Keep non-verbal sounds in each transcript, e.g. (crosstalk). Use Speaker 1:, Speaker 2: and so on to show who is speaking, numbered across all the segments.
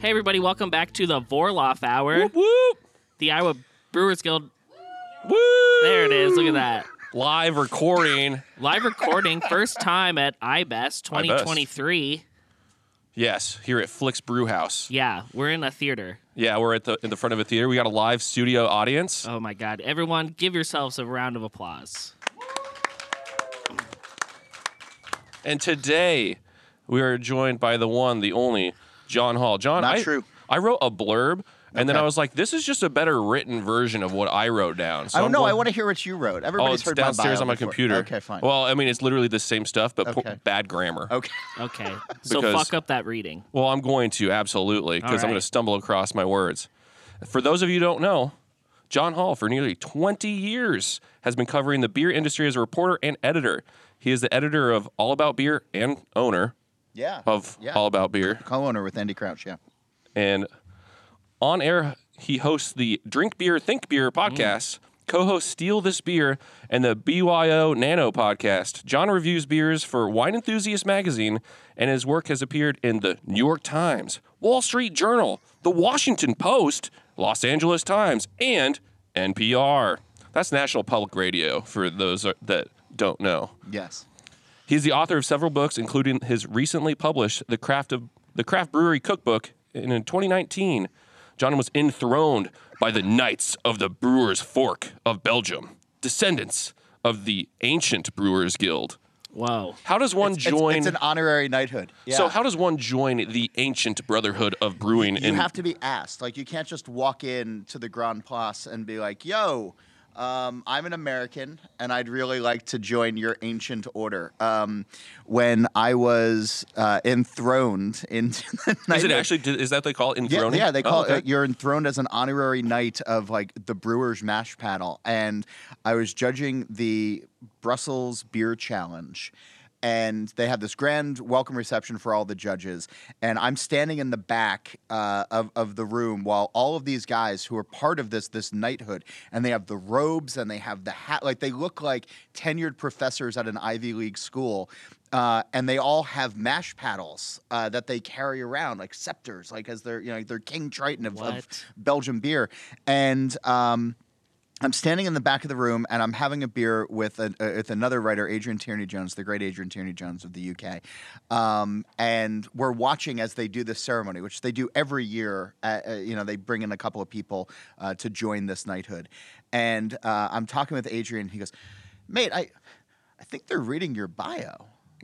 Speaker 1: Hey, everybody, welcome back to the Vorloff Hour,
Speaker 2: Whoop whoop
Speaker 1: the Iowa Brewers Guild.
Speaker 2: woo!
Speaker 1: There it is. Look at that.
Speaker 2: Live recording.
Speaker 1: Live
Speaker 2: (laughs)
Speaker 1: recording, first time at IBEST 2023.
Speaker 2: Yes, here at Flicks Brewhouse.
Speaker 1: Yeah, we're in a theater.
Speaker 2: Yeah, we're at the in the front of a theater. We got a live studio audience.
Speaker 1: Oh my God. Everyone, give yourselves a round of applause.
Speaker 2: And today we are joined by the one, the only, John Hall. John,
Speaker 3: Not
Speaker 2: I,
Speaker 3: true.
Speaker 2: I wrote a blurb, and then
Speaker 3: Okay.
Speaker 2: I was like, this is just a better written version of what I wrote down. So
Speaker 3: Oh,
Speaker 2: I'm
Speaker 3: I don't know. I
Speaker 2: going-
Speaker 3: want to hear what you wrote.
Speaker 2: Oh,
Speaker 3: Everybody's
Speaker 2: it's
Speaker 3: heard
Speaker 2: downstairs
Speaker 3: my bio
Speaker 2: on my
Speaker 3: before.
Speaker 2: computer.
Speaker 3: Okay, fine.
Speaker 2: Well, I mean, it's literally the same stuff, but po-
Speaker 3: Okay.
Speaker 2: bad grammar.
Speaker 3: okay. (laughs)
Speaker 2: (laughs)
Speaker 1: Okay. So
Speaker 2: Because-
Speaker 1: fuck up that reading.
Speaker 2: Well, I'm going to absolutely because I'm
Speaker 1: right.
Speaker 2: going to stumble across my words. For those of you who don't know, John Hall for nearly 20 years has been covering the beer industry as a reporter and editor. He is the editor of All About Beer and owner
Speaker 3: Yeah.
Speaker 2: of
Speaker 3: yeah.
Speaker 2: All About Beer.
Speaker 3: co-owner with Andy Crouch. Yeah.
Speaker 2: And on air, he hosts the Drink Beer, Think Beer podcast, co hosts Steal This Beer, and the BYO Nano podcast. John reviews beers for Wine Enthusiast magazine, and his work has appeared in the New York Times, Wall Street Journal, the Washington Post, Los Angeles Times, and NPR. That's National Public Radio for those that don't know.
Speaker 3: Yes.
Speaker 2: He's the author of several books, including his recently published "The Craft of the Craft Brewery Cookbook." And in 2019, John was enthroned by the Knights of the Brewers' Fork of Belgium, descendants of the ancient Brewers Guild.
Speaker 1: Whoa.
Speaker 2: How does one
Speaker 3: It's-
Speaker 2: join?
Speaker 3: It's, an honorary knighthood. Yeah.
Speaker 2: So, how does one join the ancient brotherhood of brewing?
Speaker 3: you
Speaker 2: in-
Speaker 3: have to be asked. Like you can't just walk in to the Grand Place and be like, "Yo, um, I'm an American, and I'd really like to join your ancient order." Um, when I was uh, enthroned into the
Speaker 2: is it
Speaker 3: knighthood-
Speaker 2: actually? Is that what they call it
Speaker 3: Yeah,
Speaker 2: enthroning?
Speaker 3: yeah, they call
Speaker 2: Oh, okay.
Speaker 3: it. You're enthroned as an honorary knight of like the Brewers Mash Panel, and I was judging the Brussels Beer Challenge, and they had this grand welcome reception for all the judges, and I'm standing in the back uh, of of the room while all of these guys who are part of this this knighthood, and they have the robes and they have the hat, like they look like tenured professors at an Ivy League school, uh, and they all have mash paddles uh, that they carry around, like scepters, like as their you know their King Triton of, of
Speaker 1: What?
Speaker 3: Belgian beer. And um, I'm standing in the back of the room, and I'm having a beer with an, uh, with another writer, Adrian Tierney Jones, the great Adrian Tierney Jones of the UK. Um, and we're watching as they do this ceremony, which they do every year. Uh, uh, you know, they bring in a couple of people uh, to join this knighthood. And uh, I'm talking with Adrian. He goes, "Mate, I." I think they're reading your bio.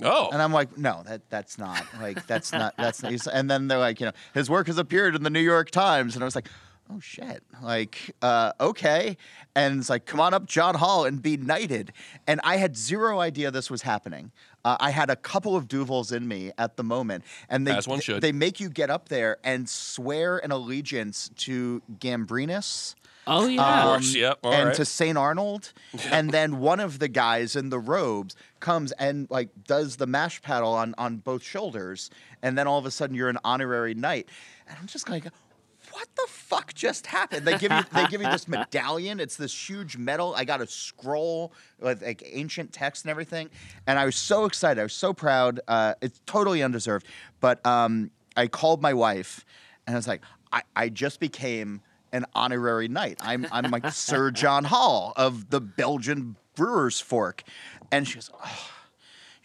Speaker 2: Oh,
Speaker 3: (laughs) And I'm like, no, that that's not like that's not that's not. he's- And then they're like, you know, his work has appeared in the New York Times, and I was like, oh shit, like uh, okay. And it's like, come on up, John Hall, and be knighted. And I had zero idea this was happening. Uh, I had a couple of Duvals in me at the moment, and they
Speaker 2: As one should.
Speaker 3: they make you get up there and swear an allegiance to Gambrinus
Speaker 1: Oh, yeah.
Speaker 2: course, yep, all
Speaker 3: Um, and
Speaker 2: right.
Speaker 3: to St. Arnold.
Speaker 2: (laughs)
Speaker 3: and then one of the guys in the robes comes and like does the mash paddle on on both shoulders, and then all of a sudden you're an honorary knight. And I'm just like, what the fuck just happened? They give you they give
Speaker 2: (laughs)
Speaker 3: you this medallion. It's this huge medal. I got a scroll with like ancient text and everything. And I was so excited. I was so proud. Uh, it's totally undeserved. But um, I called my wife, and I was like, I, I just became an honorary knight. I'm I'm like Sir John Hall of the Belgian Brewers Fork, and she goes, oh,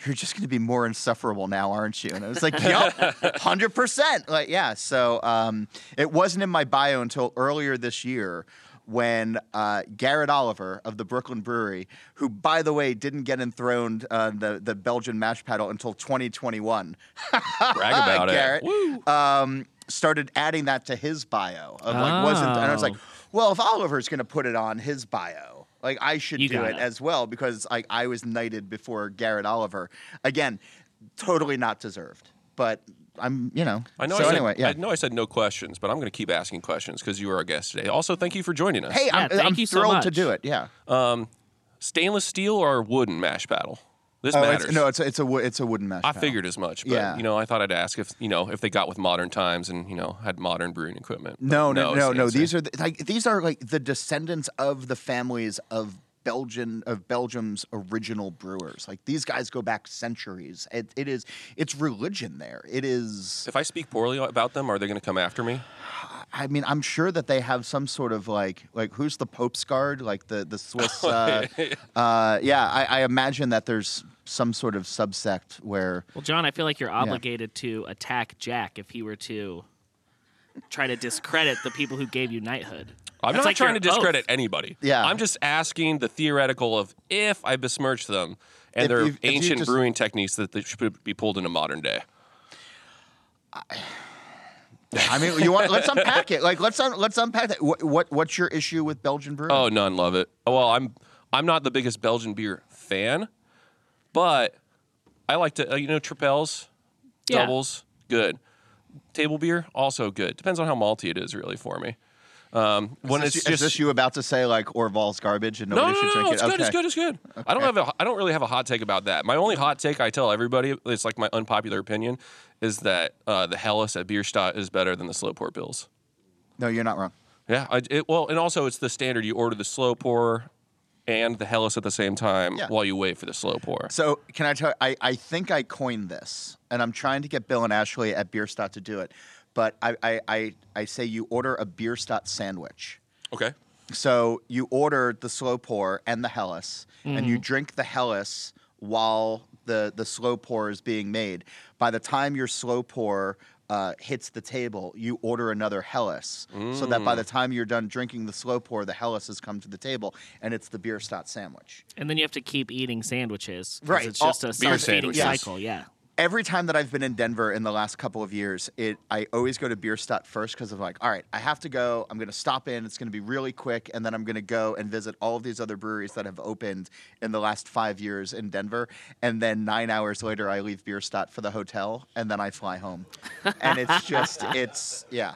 Speaker 3: "You're just going to be more insufferable now, aren't you?" And I was like, "Yep, hundred percent." Like, yeah. So um, it wasn't in my bio until earlier this year. When uh, Garrett Oliver of the Brooklyn Brewery, who by the way didn't get enthroned uh, the the Belgian mash paddle until 2021,
Speaker 2: brag about
Speaker 3: Garrett,
Speaker 2: it. Woo.
Speaker 3: um, started adding that to his bio of like wasn't and I was like,
Speaker 1: Oh.
Speaker 3: well, if Oliver's gonna put it on his bio, like I should
Speaker 1: You
Speaker 3: do
Speaker 1: got
Speaker 3: it
Speaker 1: it.
Speaker 3: as well because like I was knighted before Garrett Oliver. Again, totally not deserved, but I'm you know.
Speaker 2: I know.
Speaker 3: so
Speaker 2: I said,
Speaker 3: anyway, yeah.
Speaker 2: I know. I said no questions, but I'm going to keep asking questions because you are our guest today. Also, thank you for joining us.
Speaker 3: hey, I'm,
Speaker 1: thank
Speaker 3: I'm
Speaker 1: you so
Speaker 3: thrilled to
Speaker 1: much.
Speaker 3: do it. Yeah.
Speaker 2: stainless steel or wooden mash paddle? This
Speaker 3: oh,
Speaker 2: matters.
Speaker 3: it's, no, it's a, it's a wo- it's a wooden mesh.
Speaker 2: I
Speaker 3: now.
Speaker 2: figured as much, but
Speaker 3: Yeah.
Speaker 2: you know, I thought I'd ask if you know if they got with modern times and you know had modern brewing equipment.
Speaker 3: No, no,
Speaker 2: it's
Speaker 3: no,
Speaker 2: the
Speaker 3: no.
Speaker 2: answer.
Speaker 3: These are the, like these are like the descendants of the families of Belgian of Belgium's original brewers. Like these guys go back centuries. It, it is it's religion there. It is.
Speaker 2: If I speak poorly about them, are they going to come after me?
Speaker 3: I mean, I'm sure that they have some sort of like like who's the Pope's guard? Like the
Speaker 2: (laughs)
Speaker 3: the Swiss.
Speaker 2: Oh,
Speaker 3: Uh, uh, yeah, I, I imagine that there's some sort of subsect where
Speaker 1: Well, John, I feel like you're obligated to attack Jack if he were to try to discredit the people who gave you knighthood.
Speaker 2: I'm
Speaker 1: That's
Speaker 2: not
Speaker 1: like
Speaker 2: trying to
Speaker 1: your
Speaker 2: discredit
Speaker 1: oath.
Speaker 2: anybody.
Speaker 3: Yeah.
Speaker 2: I'm just asking the theoretical of if I besmirch them and
Speaker 3: If
Speaker 2: their
Speaker 3: you- if you
Speaker 2: ancient
Speaker 3: just-
Speaker 2: brewing techniques that they should be pulled into modern day.
Speaker 3: I mean,
Speaker 2: (laughs)
Speaker 3: you want let's unpack it. Like let's un, let's unpack that. What, what what's your issue with Belgian brewing?
Speaker 2: Oh, none love it. Oh, Well, I'm I'm not the biggest Belgian beer fan, but I like to uh, you know tripels,
Speaker 1: Yeah.
Speaker 2: doubles, good. Table beer also good. Depends on how malty it is really for me. Um, when
Speaker 3: is
Speaker 2: it's
Speaker 3: this, you-
Speaker 2: just
Speaker 3: is this you about to say like Orval's garbage and
Speaker 2: no,
Speaker 3: nobody
Speaker 2: no, no,
Speaker 3: should
Speaker 2: no,
Speaker 3: drink it?
Speaker 2: it's good, it's good, it's good. I don't have a, I don't really have a hot take about that. My only hot take I tell everybody, it's like my unpopular opinion, is that uh, the Hellas at Bierstadt is better than the slow pour bills.
Speaker 3: No, you're not wrong.
Speaker 2: Yeah, I, it, well, and also it's the standard. You order the slow pour and the Hellas at the same time
Speaker 3: Yeah.
Speaker 2: while you wait for the slow pour.
Speaker 3: So can I tell? I I think I coined this, and I'm trying to get Bill and Ashley at Bierstadt to do it. But I I I, I say you order a Bierstadt sandwich.
Speaker 2: Okay.
Speaker 3: So you order the slow pour and the Hellas, and you drink the Hellas while the the slow pour is being made. By the time your slow pour uh, hits the table, you order another Hellas, so that by the time you're done drinking the slow pour, the Hellas has come to the table, and it's the beer stout sandwich.
Speaker 1: And then you have to keep eating sandwiches. 'cause
Speaker 3: Right.
Speaker 1: It's just
Speaker 3: Oh,
Speaker 1: a
Speaker 2: beer
Speaker 1: self-feeding
Speaker 2: sandwiches.
Speaker 1: cycle. Yeah.
Speaker 3: every time that I've been in Denver in the last couple of years, it I always go to Bierstadt first because I'm like, all right, I have to go. I'm gonna stop in. It's gonna be really quick, and then I'm gonna go and visit all of these other breweries that have opened in the last five years in Denver. And then nine hours later, I leave Bierstadt for the hotel, and then I fly home. and it's just, it's yeah,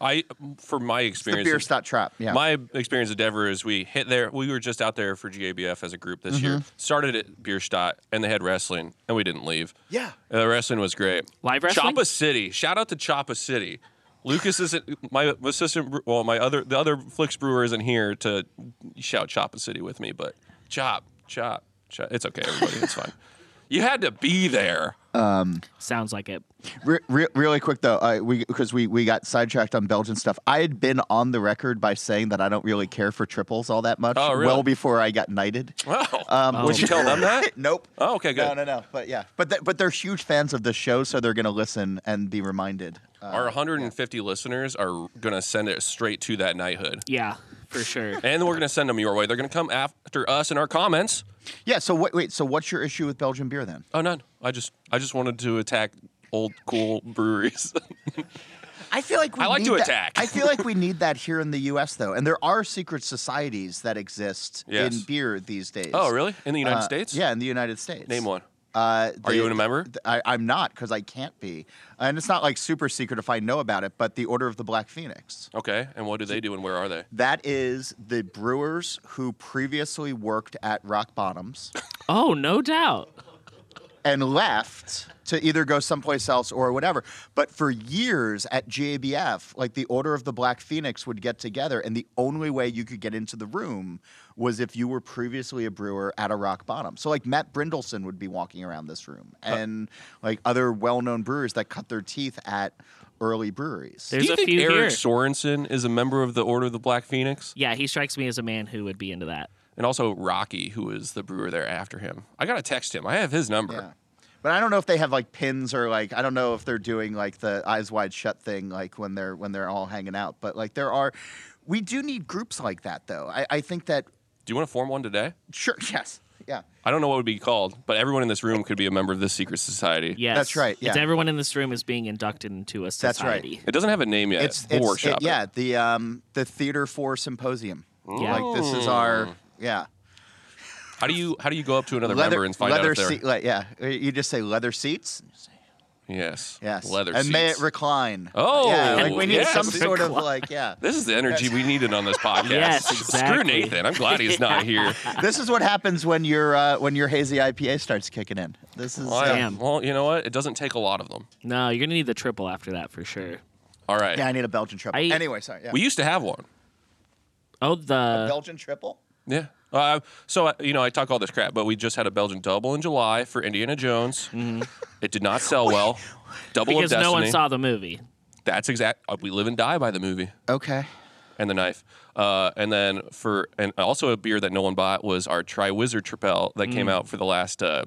Speaker 2: I, for my
Speaker 3: the
Speaker 2: experience,
Speaker 3: Bierstadt trap. Yeah,
Speaker 2: My experience at Denver is we hit there. We were just out there for GABF as a group this year.
Speaker 3: Mm-hmm.
Speaker 2: Started at Bierstadt, and they had wrestling, and we didn't leave.
Speaker 3: Yeah.
Speaker 2: And the wrestling was great.
Speaker 1: Live wrestling?
Speaker 2: Choppa City. Shout out to Choppa City. Lucas isn't my assistant. bre- Well, my other the other Flicks brewer isn't here to shout Choppa City with me, but chop, chop, chop. It's okay, everybody. It's
Speaker 3: (laughs)
Speaker 2: fine. You had to be there.
Speaker 1: Sounds like it.
Speaker 3: Re- re- really quick though, uh, we because we we got sidetracked on Belgian stuff. I had been on the record by saying that I don't really care for triples all that much.
Speaker 2: Oh, really?
Speaker 3: Well before I got knighted.
Speaker 2: Wow.
Speaker 3: Um,
Speaker 2: Would you tell them
Speaker 3: (laughs)
Speaker 2: that?
Speaker 3: nope.
Speaker 2: Oh, okay, good.
Speaker 3: No, no, no. But yeah, but they, but they're huge fans of the show, so they're gonna listen and be reminded. Uh,
Speaker 2: Our 150 listeners are gonna send it straight to that knighthood.
Speaker 1: Yeah, for
Speaker 3: (laughs)
Speaker 1: sure.
Speaker 2: and we're going to send them your way. They're going to come after us in our comments.
Speaker 3: yeah. So wait, wait. So what's your issue with Belgian beer then?
Speaker 2: Oh, none. I just I just wanted to attack old cool (laughs) breweries.
Speaker 3: I feel like we
Speaker 2: I like
Speaker 3: need
Speaker 2: to
Speaker 3: that-
Speaker 2: attack.
Speaker 3: I
Speaker 2: (laughs)
Speaker 3: feel like we need that here in the U.S. though, and there are secret societies that exist
Speaker 2: Yes.
Speaker 3: in beer these days.
Speaker 2: oh, really? In the United
Speaker 3: Uh,
Speaker 2: States?
Speaker 3: Yeah, in the United States.
Speaker 2: Name one.
Speaker 3: Uh,
Speaker 2: Are you a member?
Speaker 3: th- I, I'm not because I can't be, and it's not like super secret if I know about it. But the Order of the Black Phoenix.
Speaker 2: Okay. And what do they do and where are they?
Speaker 3: That is the brewers who previously worked at Rock Bottoms
Speaker 1: Oh, no doubt.
Speaker 3: and left to either go someplace else or whatever. But for years at GABF, like the Order of the Black Phoenix would get together, and the only way you could get into the room was if you were previously a brewer at a rock bottom. So like Matt Brindelson would be walking around this room, and like other well-known brewers that cut their teeth at early breweries.
Speaker 1: There's
Speaker 2: do you
Speaker 1: a
Speaker 2: think
Speaker 1: few
Speaker 2: Eric
Speaker 1: here.
Speaker 2: Sorensen is a member of the Order of the Black Phoenix?
Speaker 1: Yeah, he strikes me as a man who would be into that.
Speaker 2: And also Rocky, who is the brewer there after him. I got to text him. I have his number.
Speaker 3: Yeah. But I don't know if they have like pins or like I don't know if they're doing like the eyes wide shut thing like when they're when they're all hanging out. But like there are we do need groups like that though. I, I think that
Speaker 2: Do you want to form one today?
Speaker 3: sure (laughs) yes. Yeah.
Speaker 2: I don't know what it would be called, but everyone in this room could be a member of this secret society.
Speaker 1: Yes.
Speaker 3: That's right,
Speaker 1: It's
Speaker 3: yeah.
Speaker 1: everyone in this room is being inducted into a
Speaker 3: right.
Speaker 1: society.
Speaker 2: It doesn't have a name yet.
Speaker 3: It's,
Speaker 2: we'll
Speaker 3: it's
Speaker 2: workshop.
Speaker 3: it-
Speaker 2: it.
Speaker 3: yeah, the um the theater for symposium.
Speaker 1: Yeah.
Speaker 3: Like this is our yeah.
Speaker 2: How do you how do you go up to another member and find out
Speaker 3: leather
Speaker 2: if they're
Speaker 3: seat like, yeah. You just say leather seats.
Speaker 2: Yes.
Speaker 3: Yes.
Speaker 2: Leather
Speaker 3: and may it
Speaker 2: seats.
Speaker 3: recline.
Speaker 2: Oh,
Speaker 3: yeah, like we need
Speaker 2: yes.
Speaker 3: some sort
Speaker 2: (laughs)
Speaker 3: of
Speaker 1: Recline.
Speaker 3: like yeah.
Speaker 2: this is the energy we needed on this podcast.
Speaker 1: (laughs) Yes,
Speaker 2: Screw
Speaker 1: exactly.
Speaker 2: Nathan. I'm glad he's not
Speaker 1: (laughs)
Speaker 2: here.
Speaker 3: This is what happens when your uh, when your hazy IPA starts kicking in. This is
Speaker 2: Well,
Speaker 3: uh,
Speaker 2: I-
Speaker 1: Damn.
Speaker 2: well, you know what? It doesn't take a lot of them.
Speaker 1: No, you're going to need the triple after that for sure.
Speaker 2: All right.
Speaker 3: Yeah, I need a Belgian triple.
Speaker 1: I-
Speaker 3: anyway, sorry. Yeah.
Speaker 2: We used to have one.
Speaker 1: Oh, the
Speaker 3: Belgian triple?
Speaker 2: Yeah. Uh, so uh, you know, I talk all this crap, but we just had a Belgian double in July for Indiana Jones. It did not
Speaker 1: (laughs)
Speaker 2: sell well. Double
Speaker 1: Mm-hmm. because
Speaker 2: of
Speaker 1: no
Speaker 2: Destiny.
Speaker 1: one saw the movie.
Speaker 2: That's exact. uh, We live and die by the movie
Speaker 3: Okay.
Speaker 2: and the knife. Uh, and then for and also a beer that no one bought was our Tri Wizard Tripel that
Speaker 1: Mm.
Speaker 2: came out for the last uh,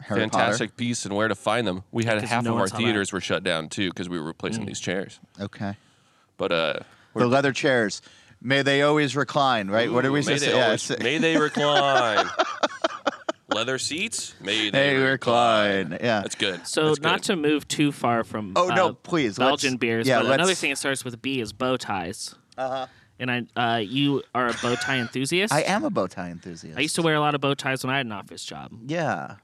Speaker 3: Harry
Speaker 2: fantastic piece and where to find them. We had
Speaker 1: 'cause
Speaker 2: half
Speaker 1: no
Speaker 2: of
Speaker 1: one
Speaker 2: our
Speaker 1: saw that. Mm.
Speaker 2: theaters were shut down too because we were replacing these chairs.
Speaker 3: Potter. Okay.
Speaker 2: But uh,
Speaker 3: The leather chairs. May they always recline, right? what did we
Speaker 2: may
Speaker 3: say?
Speaker 2: they
Speaker 3: Yeah,
Speaker 2: always-
Speaker 3: say-
Speaker 2: may
Speaker 3: (laughs)
Speaker 2: they recline. Leather seats, (laughs) may they,
Speaker 3: They recline. Yeah.
Speaker 2: That's good.
Speaker 1: So
Speaker 2: That's
Speaker 1: not
Speaker 2: good.
Speaker 1: to move too far from
Speaker 3: Oh, no,
Speaker 1: uh,
Speaker 3: please, let's-
Speaker 1: Belgian beers.
Speaker 3: yeah,
Speaker 1: but another
Speaker 3: let's-
Speaker 1: thing that starts with B is bow ties. Uh-huh. And I, uh, you are a bow tie enthusiast.
Speaker 3: I am a bow tie enthusiast.
Speaker 1: I used to wear a lot of bow ties when I had an office job.
Speaker 3: Yeah.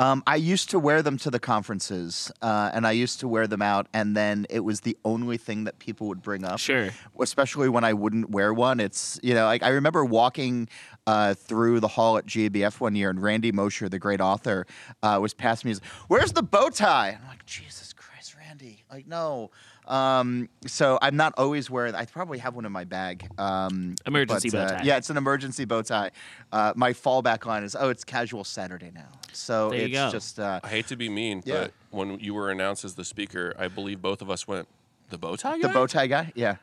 Speaker 3: Um, I used to wear them to the conferences, uh, and I used to wear them out, and then it was the only thing that people would bring up.
Speaker 1: Sure.
Speaker 3: Especially when I wouldn't wear one. It's, you know, like I remember walking uh, through the hall at GABF one year, and Randy Mosher, the great author, uh, was past me. He's like, Where's the bow tie? And I'm like, Jesus Christ, Randy. Like, no. Um, so I'm not always wearing, I probably have one in my bag. Um,
Speaker 1: Emergency
Speaker 3: but,
Speaker 1: bow
Speaker 3: uh,
Speaker 1: tie.
Speaker 3: yeah, it's an emergency bow tie. Uh, my fallback line is, oh, it's casual Saturday now. So
Speaker 1: There you
Speaker 3: it's
Speaker 1: go.
Speaker 3: just, uh,
Speaker 2: I hate to be mean,
Speaker 3: Yeah.
Speaker 2: but when you were announced as the speaker, I believe both of us went the bow tie.
Speaker 3: the
Speaker 2: guy?"
Speaker 3: bow tie guy. Yeah.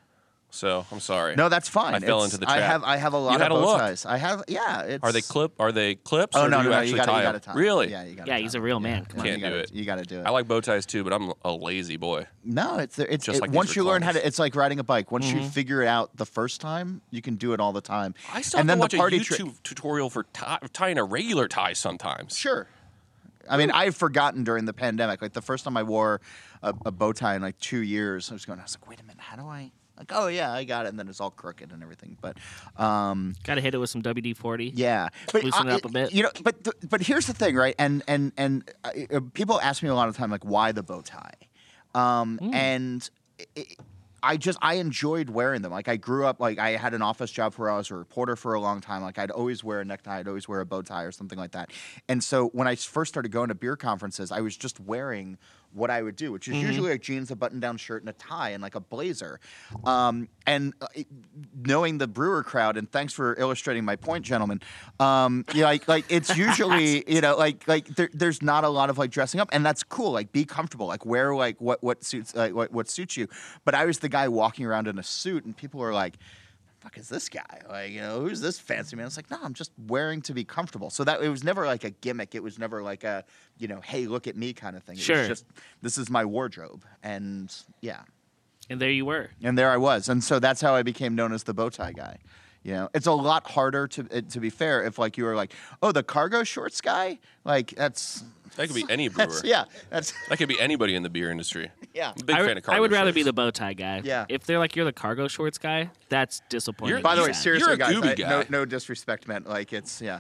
Speaker 2: So I'm sorry.
Speaker 3: No, that's fine.
Speaker 2: I fell
Speaker 3: It's-
Speaker 2: into the
Speaker 3: I
Speaker 2: trap.
Speaker 3: have, I have a lot
Speaker 2: had
Speaker 3: of
Speaker 2: a
Speaker 3: bow
Speaker 2: look.
Speaker 3: ties. I have, yeah. It's,
Speaker 2: are they clip? Are they clips?
Speaker 3: Oh
Speaker 2: or do
Speaker 3: no, no,
Speaker 2: you
Speaker 3: no,
Speaker 2: actually
Speaker 3: you gotta,
Speaker 2: tie
Speaker 3: you gotta
Speaker 2: 'em?
Speaker 3: tie. 'em.
Speaker 2: Really?
Speaker 3: Yeah, you gotta.
Speaker 1: Yeah,
Speaker 3: tie
Speaker 1: he's
Speaker 3: 'em.
Speaker 1: a real man. Come on.
Speaker 2: Can't
Speaker 3: you gotta,
Speaker 2: do it.
Speaker 3: You gotta do it.
Speaker 2: I like bow ties too, but I'm a lazy boy.
Speaker 3: No, it's it's
Speaker 2: Just
Speaker 3: it-
Speaker 2: like these
Speaker 3: once you learn how
Speaker 2: recliners.
Speaker 3: to. It's like riding a bike. Once you figure it out the first time, you can do it all the time.
Speaker 2: I still
Speaker 3: and
Speaker 2: have
Speaker 3: then
Speaker 2: to watch
Speaker 3: the party
Speaker 2: a YouTube
Speaker 3: trick.
Speaker 2: tutorial for tie, tying a regular tie sometimes.
Speaker 3: Sure. I mean, I've forgotten during the pandemic. Like the first time I wore a, a bow tie in like two years, I was going. I was like, wait a minute, how do I? Like, oh yeah, I got it, and then it's all crooked and everything. But um,
Speaker 1: Got to hit it with some WD forty.
Speaker 3: yeah, but
Speaker 1: Loosen it
Speaker 3: I-
Speaker 1: up a bit.
Speaker 3: You know, but th- but here's the thing, right? And and and uh, uh, people ask me a lot of time, like, why the bow tie? Um,
Speaker 1: Hmm.
Speaker 3: And i- i I just I enjoyed wearing them. Like I grew up, like I had an office job where I was a reporter for a long time. Like I'd always wear a necktie, I'd always wear a bow tie or something like that. And so when I first started going to beer conferences, I was just wearing what I would do, which
Speaker 1: Mm-hmm.
Speaker 3: is usually like jeans, a button-down shirt, and a tie, and like a blazer. Um, and uh, it- knowing the brewer crowd, and thanks for illustrating my point, gentlemen. Um, yeah, like like it's usually you know like like there, there's not a lot of like dressing up, and that's cool. Like be comfortable, like wear like what what suits like what, what suits you. But I was the guy walking around in a suit, and people were like fuck is this guy? Like, you know, who's this fancy man? It's like, no, I'm just wearing to be comfortable. So that it was never like a gimmick. It was never like a, you know, hey, look at me kind of thing. It
Speaker 1: Sure.
Speaker 3: was just this is my wardrobe. And yeah.
Speaker 1: And there you were.
Speaker 3: And there I was. And so that's how I became known as the bow tie guy. You know, it's a lot harder to it- to be fair if like you were like, oh, the cargo shorts guy? Like that's
Speaker 2: That could be
Speaker 3: (laughs)
Speaker 2: any brewer.
Speaker 3: that's yeah. That's
Speaker 2: That could be anybody in the beer industry.
Speaker 3: yeah.
Speaker 2: Big
Speaker 1: I,
Speaker 2: fan of cargo
Speaker 1: I would rather be
Speaker 2: shorts.
Speaker 1: the bow tie guy.
Speaker 3: Yeah.
Speaker 1: If they're like you're the cargo shorts guy, that's disappointing.
Speaker 2: You're-
Speaker 3: By the way,
Speaker 1: Yeah.
Speaker 3: seriously,
Speaker 2: You're a
Speaker 3: guys,
Speaker 2: Gooby
Speaker 3: I- no
Speaker 2: guy.
Speaker 3: no disrespect meant. Like it's yeah.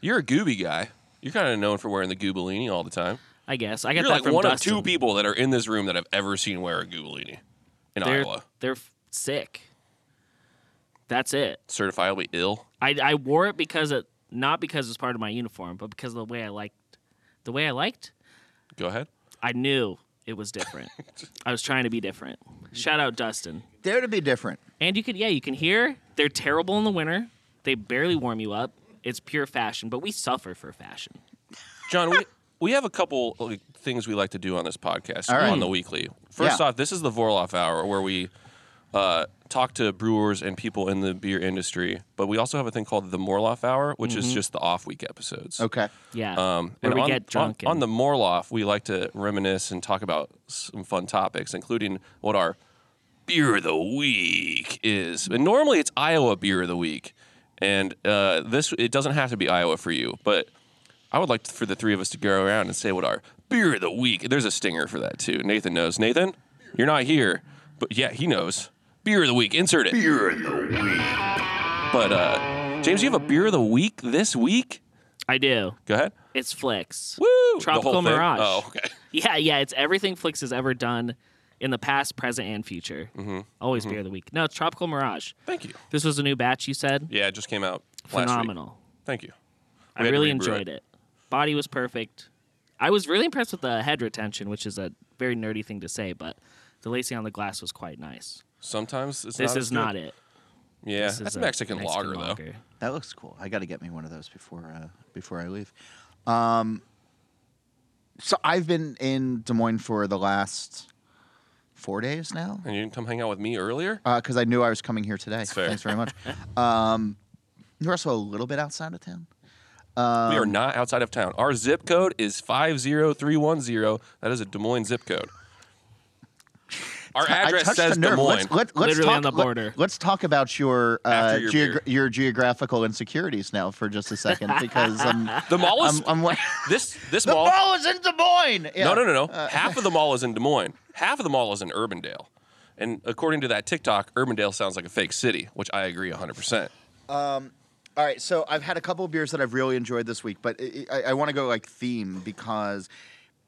Speaker 2: You're a gooby guy. You're kind of known for wearing the goobellini all the time.
Speaker 1: I guess I got
Speaker 2: You're
Speaker 1: that
Speaker 2: like
Speaker 1: from
Speaker 2: one
Speaker 1: Dustin.
Speaker 2: of two people that are in this room that I've ever seen wear a goobellini in
Speaker 1: They're
Speaker 2: Iowa.
Speaker 1: they're f- sick. That's it.
Speaker 2: Certifiably ill.
Speaker 1: I, I wore it because it not because it's part of my uniform, but because of the way I liked the way I liked.
Speaker 2: Go ahead.
Speaker 1: I knew it was
Speaker 2: (laughs)
Speaker 1: different. I was trying to be different. Shout out Dustin.
Speaker 3: There to be different.
Speaker 1: And you can yeah, you can hear they're terrible in the winter. They barely warm you up. It's pure fashion, but we suffer for fashion.
Speaker 2: John, we, we have a couple like, things we like to do on this podcast
Speaker 3: All right.
Speaker 2: on the weekly. First
Speaker 3: Yeah.
Speaker 2: off, this is the Vorloff Hour where we uh, talk to brewers and people in the beer industry, but we also have a thing called the Morloff Hour, which is just the off week episodes.
Speaker 3: Mm-hmm. Okay.
Speaker 1: Yeah.
Speaker 2: Um,
Speaker 1: where
Speaker 2: and
Speaker 1: we
Speaker 2: on,
Speaker 1: get drunk
Speaker 2: on, on
Speaker 1: and-
Speaker 2: the Morloff, we like to reminisce and talk about some fun topics, including what our beer of the week is. And normally it's Iowa beer of the week, and uh, this it doesn't have to be Iowa for you, but I would like for the three of us to go around and say what our beer of the week. There's a stinger for that too. Nathan knows. Nathan, you're not here, but yeah, he knows. Beer of the week. Insert it. Beer of the week. But uh, James, you have a beer of the week this week.
Speaker 1: I do.
Speaker 2: Go ahead.
Speaker 1: It's Flix.
Speaker 2: Woo!
Speaker 1: Tropical
Speaker 2: The whole thing?
Speaker 1: Mirage.
Speaker 2: Oh, okay.
Speaker 1: Yeah, yeah. It's everything Flix has ever done in the past, present, and future.
Speaker 2: Mm-hmm.
Speaker 1: Always beer of the week. No, it's Tropical Mirage.
Speaker 2: Thank you.
Speaker 1: This was a new batch you said.
Speaker 2: Yeah, it just came out. last week.
Speaker 1: Phenomenal.
Speaker 2: Thank you.
Speaker 1: I really enjoyed it. Body was perfect. I was really impressed with the head retention, which is a very nerdy thing to say, but the lacing on the glass was quite nice.
Speaker 2: Sometimes it's
Speaker 1: This
Speaker 2: not as
Speaker 1: is not
Speaker 2: good.
Speaker 1: it.
Speaker 2: Yeah,
Speaker 1: This
Speaker 2: that's
Speaker 1: is a
Speaker 2: Mexican lager, though.
Speaker 3: That looks cool. I got to get me one of those before uh, before I leave. Um, so I've been in Des Moines for the last four days now
Speaker 2: And you didn't come hang out with me earlier?
Speaker 3: because Uh, I knew I was coming here today.
Speaker 2: fair.
Speaker 3: Thanks
Speaker 2: (laughs)
Speaker 3: very much. um, you're also a little bit outside of town.
Speaker 2: we
Speaker 3: Um,
Speaker 2: are not outside of town. Our zip code is 50310. That is a Des Moines zip code. Our
Speaker 3: I
Speaker 2: address
Speaker 3: touched
Speaker 2: says
Speaker 3: a
Speaker 2: Des
Speaker 3: nerve.
Speaker 2: Moines.
Speaker 3: Let's, let, let's
Speaker 1: Literally
Speaker 3: talk,
Speaker 1: on the border.
Speaker 3: Let, us talk about your uh,
Speaker 2: After your
Speaker 3: geog-
Speaker 2: beer.
Speaker 3: your geographical insecurities now for just a second
Speaker 2: (laughs)
Speaker 3: because um,
Speaker 2: the mall is
Speaker 3: I'm, I'm like,
Speaker 2: this this
Speaker 3: the
Speaker 2: mall.
Speaker 3: (laughs) ball is in Des Moines. Yeah. Uh,
Speaker 2: No, no, no, no. half of the mall is in Des Moines. Half of the mall is in Urbandale. And according to that TikTok, Urbandale sounds like a fake city, which I agree 100%.
Speaker 3: All right, so I've had a couple of beers that I've really enjoyed this week, but I, I, I want to go like theme because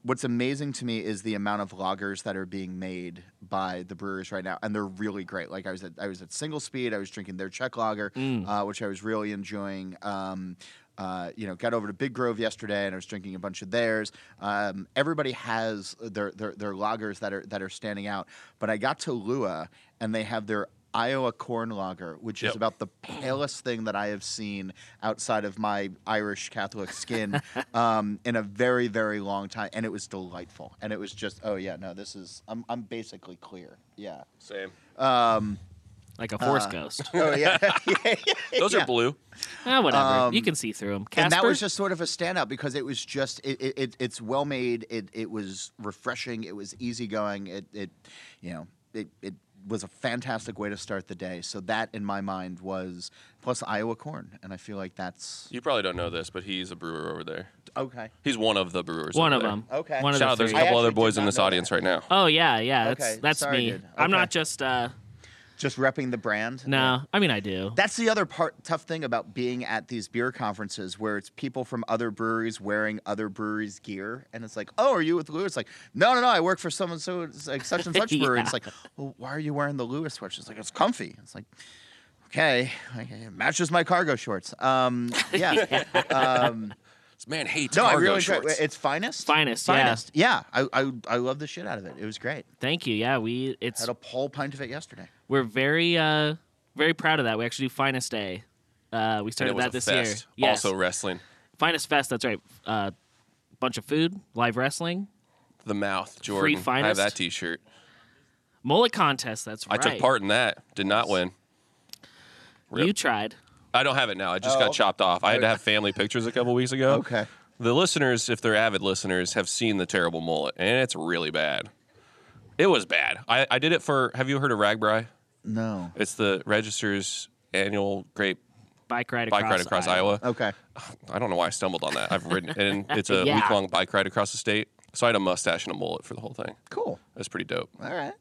Speaker 3: what's amazing to me is the amount of lagers that are being made by the brewers right now, and they're really great. Like I was at I was at Single Speed, I was drinking their Czech Lager, uh, which I was really enjoying. Um, uh, you know, got over to Big Grove yesterday, and I was drinking a bunch of theirs. Um, everybody has their, their their lagers that are that are standing out, but I got to Lua, and they have their Iowa corn lager, which
Speaker 2: Yep.
Speaker 3: is about the palest thing that I have seen outside of my Irish
Speaker 2: (laughs)
Speaker 3: Catholic skin um, in a very, very long time. And it was delightful. And it was just, oh, yeah, no, this is, I'm, I'm basically clear. Yeah. Um,
Speaker 2: Same.
Speaker 1: Like a horse ghost.
Speaker 3: Oh,
Speaker 2: (laughs)
Speaker 3: yeah. (laughs)
Speaker 2: Those
Speaker 3: Yeah.
Speaker 2: are blue.
Speaker 1: Ah, whatever. you can see through them. Casper?
Speaker 3: um, And that was just sort of a standout because it was just it, it, it it's well made. It it was refreshing. It was easygoing. It it you know it it was a fantastic way to start the day. So that in my mind was plus Iowa corn, and I feel like that's
Speaker 2: You probably don't know this, but he's a brewer over there.
Speaker 3: okay.
Speaker 2: He's one of the brewers.
Speaker 1: one of
Speaker 2: over there.
Speaker 1: them.
Speaker 3: Okay.
Speaker 1: One of
Speaker 2: Shout out,
Speaker 1: the
Speaker 2: there's a
Speaker 1: three.
Speaker 3: I
Speaker 2: couple other
Speaker 3: actually
Speaker 2: boys
Speaker 3: did
Speaker 2: in
Speaker 3: not
Speaker 2: this
Speaker 3: know
Speaker 2: audience
Speaker 3: that.
Speaker 2: right now.
Speaker 1: Oh yeah, yeah. That's
Speaker 3: Okay,
Speaker 1: that's
Speaker 3: sorry,
Speaker 1: me.
Speaker 3: dude.
Speaker 1: I'm
Speaker 3: Okay.
Speaker 1: not just uh
Speaker 3: Just repping the brand.
Speaker 1: no. I mean I do.
Speaker 3: That's the other part tough thing about being at these beer conferences where it's people from other breweries wearing other breweries gear and it's like, "Oh, are you with Lewis?" Like, "No, no, no, I work for someone so it's like such and such (laughs) brewery." And it's like, "Well, why are you wearing the Lewis sweatshirt?" It's like, "It's comfy." It's like, "Okay, okay, it matches my cargo shorts." (laughs) Um, yeah. Um,
Speaker 2: This man hates
Speaker 3: no, I
Speaker 2: cargo
Speaker 3: really enjoyed
Speaker 2: shorts.
Speaker 3: it's finest.
Speaker 1: Finest, yeah.
Speaker 3: Finest. Yeah, I, I I love the shit out of it. It was great.
Speaker 1: Thank you. Yeah, we it's
Speaker 3: Had a whole pint of it yesterday.
Speaker 1: we're very uh very proud of that. We actually do Finest Day. Uh we
Speaker 2: and it
Speaker 1: started
Speaker 2: was
Speaker 1: that
Speaker 2: a
Speaker 1: this
Speaker 2: fest.
Speaker 1: year. Yes.
Speaker 2: Also wrestling.
Speaker 1: Finest Fest, that's right. Uh bunch of food, live wrestling,
Speaker 2: The mouth, Jordan. I have
Speaker 1: finest.
Speaker 2: that T-shirt.
Speaker 1: mullet contest, that's
Speaker 2: I
Speaker 1: right.
Speaker 2: took part in that. Did not win. Rip.
Speaker 1: You tried.
Speaker 2: I don't have it now. I just
Speaker 3: Oh,
Speaker 2: got
Speaker 3: okay.
Speaker 2: chopped off. I had to have family pictures a couple weeks ago.
Speaker 3: Okay.
Speaker 2: The listeners, if they're avid listeners, have seen the terrible mullet, and it's really bad. It was bad. I, I did it for. Have you heard of Ragbri?
Speaker 3: No.
Speaker 2: It's the Register's annual grape
Speaker 1: Bike ride across,
Speaker 2: bike ride across Iowa.
Speaker 3: Okay.
Speaker 2: I don't know why I stumbled on that. I've ridden, and it's a
Speaker 1: (laughs) Yeah.
Speaker 2: week long bike ride across the state. So I had a mustache and a mullet for the whole thing.
Speaker 3: Cool.
Speaker 2: That's pretty dope.
Speaker 3: All right.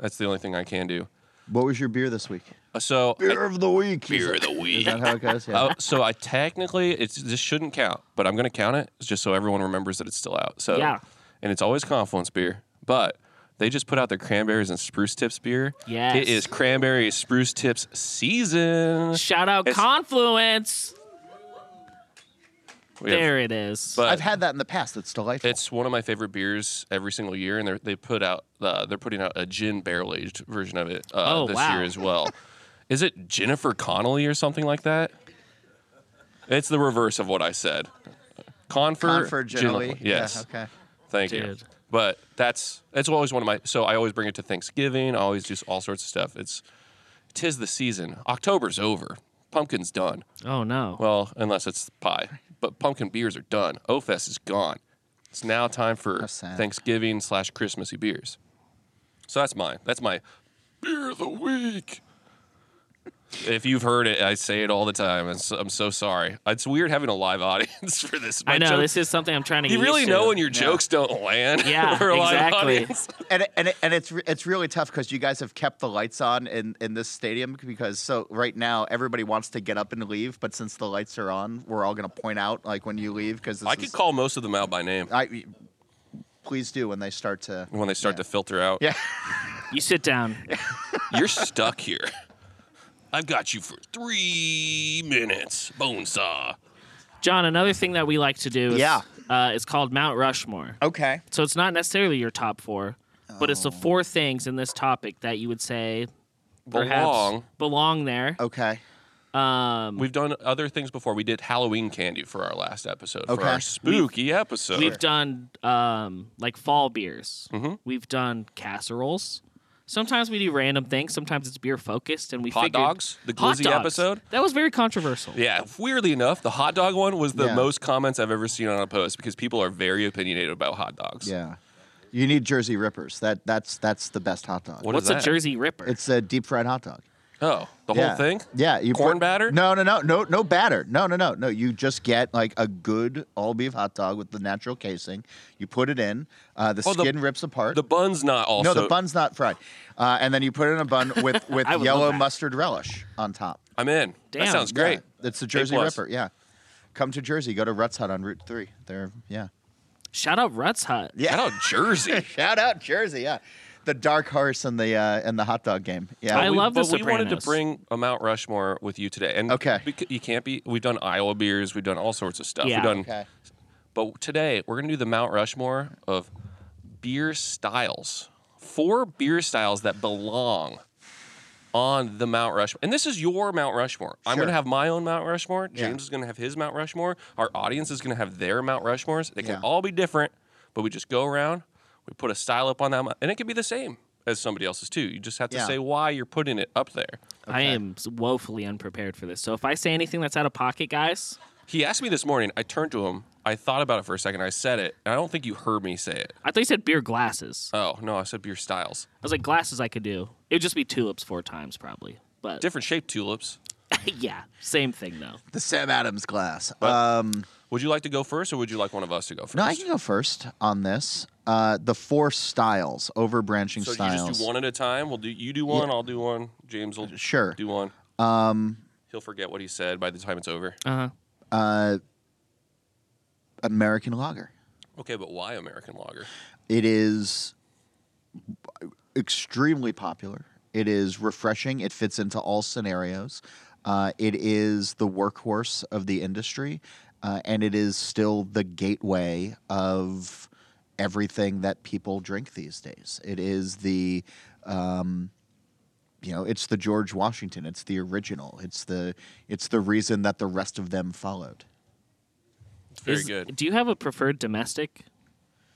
Speaker 2: That's the only thing I can do.
Speaker 3: What was your beer this week?
Speaker 2: Uh, So
Speaker 3: Beer of the week.
Speaker 2: beer of the week.
Speaker 3: Is that how it goes? Yeah.
Speaker 2: Oh, so I technically it's this shouldn't count, but I'm gonna count it just so everyone remembers that it's still out. So
Speaker 1: Yeah.
Speaker 2: and it's always Confluence beer, but they just put out their cranberries and spruce tips beer.
Speaker 1: Yes.
Speaker 2: it is cranberry spruce tips season.
Speaker 1: Shout out
Speaker 2: It's-
Speaker 1: Confluence.
Speaker 2: We have-
Speaker 1: There it is.
Speaker 2: but
Speaker 3: I've had that in the past. It's delightful.
Speaker 2: it's one of my favorite beers every single year, and they they put out uh, they're putting out a gin barrel aged version of it uh,
Speaker 1: Oh,
Speaker 2: this
Speaker 1: wow.
Speaker 2: year as well. is it Jennifer Connolly or something like that? It's the reverse of what I said. Confer,
Speaker 3: Confer
Speaker 2: Ginley.
Speaker 3: generally.
Speaker 2: Yes.
Speaker 3: Yeah, okay.
Speaker 2: Thank you.
Speaker 1: Dude.
Speaker 2: But that's that's always one of my so I always bring it to Thanksgiving. I always do all sorts of stuff. It's tis the season. October's over. Pumpkin's done.
Speaker 1: oh no.
Speaker 2: Well, unless it's pie. But pumpkin beers are done. O-Fest is gone. It's now time for
Speaker 3: How sad.
Speaker 2: Thanksgiving slash Christmassy beers. So that's mine. That's my beer of the week. If you've heard it, I say it all the time. It's, I'm so sorry. It's weird having a live (laughs) audience for this. My
Speaker 1: I know
Speaker 2: joke-
Speaker 1: this is something I'm trying to.
Speaker 2: you
Speaker 1: get
Speaker 2: really
Speaker 1: used to.
Speaker 2: know when your jokes don't land.
Speaker 1: Yeah,
Speaker 2: (laughs) for a live
Speaker 1: exactly.
Speaker 2: audience.
Speaker 3: And, it- and, it- and it's re- it's really tough because you guys have kept the lights on in, in this stadium because so right now everybody wants to get up and leave, but since the lights are on, we're all gonna point out like when you leave because
Speaker 2: I could call most of them out by name
Speaker 3: I please do when they start to.
Speaker 2: when they start to filter out.
Speaker 3: Yeah.
Speaker 1: You sit down.
Speaker 2: You're stuck here. I've got you for three minutes. Bone saw.
Speaker 1: John, another thing that we like to do is,
Speaker 3: Yeah.
Speaker 1: uh, it's called Mount Rushmore.
Speaker 3: Okay.
Speaker 1: So
Speaker 3: Oh.
Speaker 1: it's not necessarily your top four, but it's the four things in this topic that you would say perhaps
Speaker 2: belong.
Speaker 1: belong there.
Speaker 3: Okay.
Speaker 1: Um,
Speaker 2: We've done other things before. We did Halloween candy for our last episode for
Speaker 3: Okay.
Speaker 2: our spooky episode.
Speaker 1: We've done um, like fall beers.
Speaker 2: Mhm.
Speaker 1: We've done casseroles. Sometimes we do random things. Sometimes it's beer focused, and we
Speaker 2: hot
Speaker 1: figured-
Speaker 2: dogs. The
Speaker 1: Hot
Speaker 2: Glizzy
Speaker 1: dogs.
Speaker 2: episode.
Speaker 1: that was very controversial.
Speaker 2: Yeah, weirdly enough, the hot dog one was the
Speaker 3: Yeah.
Speaker 2: most comments I've ever seen on a post because people are very opinionated about hot dogs.
Speaker 3: Yeah. You need Jersey Rippers. That that's that's the best hot dog.
Speaker 2: What is
Speaker 1: What's a
Speaker 2: that?
Speaker 1: Jersey Ripper?
Speaker 3: It's a deep fried hot dog.
Speaker 2: Oh, the
Speaker 3: yeah.
Speaker 2: whole thing?
Speaker 3: Yeah, you
Speaker 2: Corn batter?
Speaker 3: No, no, no, no, no batter. No, no, no, no. You just get like a good all beef hot dog with the natural casing. You put it in. Uh, the
Speaker 2: Oh, the-
Speaker 3: skin rips apart.
Speaker 2: The bun's not also.
Speaker 3: no, the bun's not fried, uh, and then you put it in a bun
Speaker 2: (laughs)
Speaker 3: with with
Speaker 1: I would love
Speaker 3: yellow
Speaker 1: that.
Speaker 3: mustard relish on top.
Speaker 2: I'm in. That
Speaker 1: Damn.
Speaker 2: sounds great.
Speaker 3: Yeah, it's the Jersey
Speaker 2: plus.
Speaker 3: Ripper. Yeah, come to Jersey. Go to Ruts Hut on Route Three. There. Yeah.
Speaker 1: Shout out Ruts Hut.
Speaker 3: Yeah.
Speaker 2: Shout out
Speaker 3: (laughs)
Speaker 2: Jersey.
Speaker 3: Shout out Jersey. Yeah. The dark horse and the uh, and the hot dog game. Yeah.
Speaker 1: I
Speaker 2: We-
Speaker 1: love The
Speaker 2: but we wanted to
Speaker 1: Sopranos.
Speaker 2: bring a Mount Rushmore with you today. And
Speaker 3: Okay.
Speaker 2: bec- you can't be. We've done Iowa beers. We've done all sorts of stuff.
Speaker 1: Yeah.
Speaker 2: We've done.
Speaker 3: okay.
Speaker 2: But today we're gonna do the Mount Rushmore of beer styles. Four beer styles that belong on the Mount Rushmore. And this is your Mount Rushmore. I'm
Speaker 3: Sure.
Speaker 2: gonna have my own Mount Rushmore. James
Speaker 3: Yeah.
Speaker 2: is gonna have his Mount Rushmore. Our audience is gonna have their Mount Rushmores. They can
Speaker 3: Yeah.
Speaker 2: all be different, but we just go around, we put a style up on that, mou- and it can be the same as somebody else's too. You just have to
Speaker 3: Yeah.
Speaker 2: say why you're putting it up there.
Speaker 1: I am s- woefully unprepared for this. So if I say anything that's out of pocket, guys,
Speaker 2: He asked me this morning. I turned to him. I thought about it for a second. I said it, and I don't think you heard me say it.
Speaker 1: I thought you said beer glasses.
Speaker 2: Oh no, I said beer styles.
Speaker 1: I was like glasses. I could do. It would just be tulips four times probably. But
Speaker 2: different shaped tulips.
Speaker 1: (laughs) yeah, same thing though.
Speaker 3: The Sam Adams class. Um,
Speaker 2: Would you like to go first, or would you like one of us to go first?
Speaker 3: no, I can go first on this. Uh, the four styles, over branching
Speaker 2: so
Speaker 3: styles.
Speaker 2: you just do one at a time. We'll do you do one, I'll do one. James will
Speaker 3: Sure.
Speaker 2: do one. Um, he'll forget what he said by the time it's over.
Speaker 1: Uh huh.
Speaker 3: Uh, American lager.
Speaker 2: Okay, but why American lager?
Speaker 3: It is extremely popular. It is refreshing. It fits into all scenarios. Uh, it is the workhorse of the industry, uh, and it is still the gateway of everything that people drink these days. It is the um, you know it's the George Washington. It's the original. It's the it's the reason that the rest of them followed.
Speaker 2: It's very
Speaker 1: Is-
Speaker 2: good.
Speaker 1: Do you have a preferred domestic? (laughs)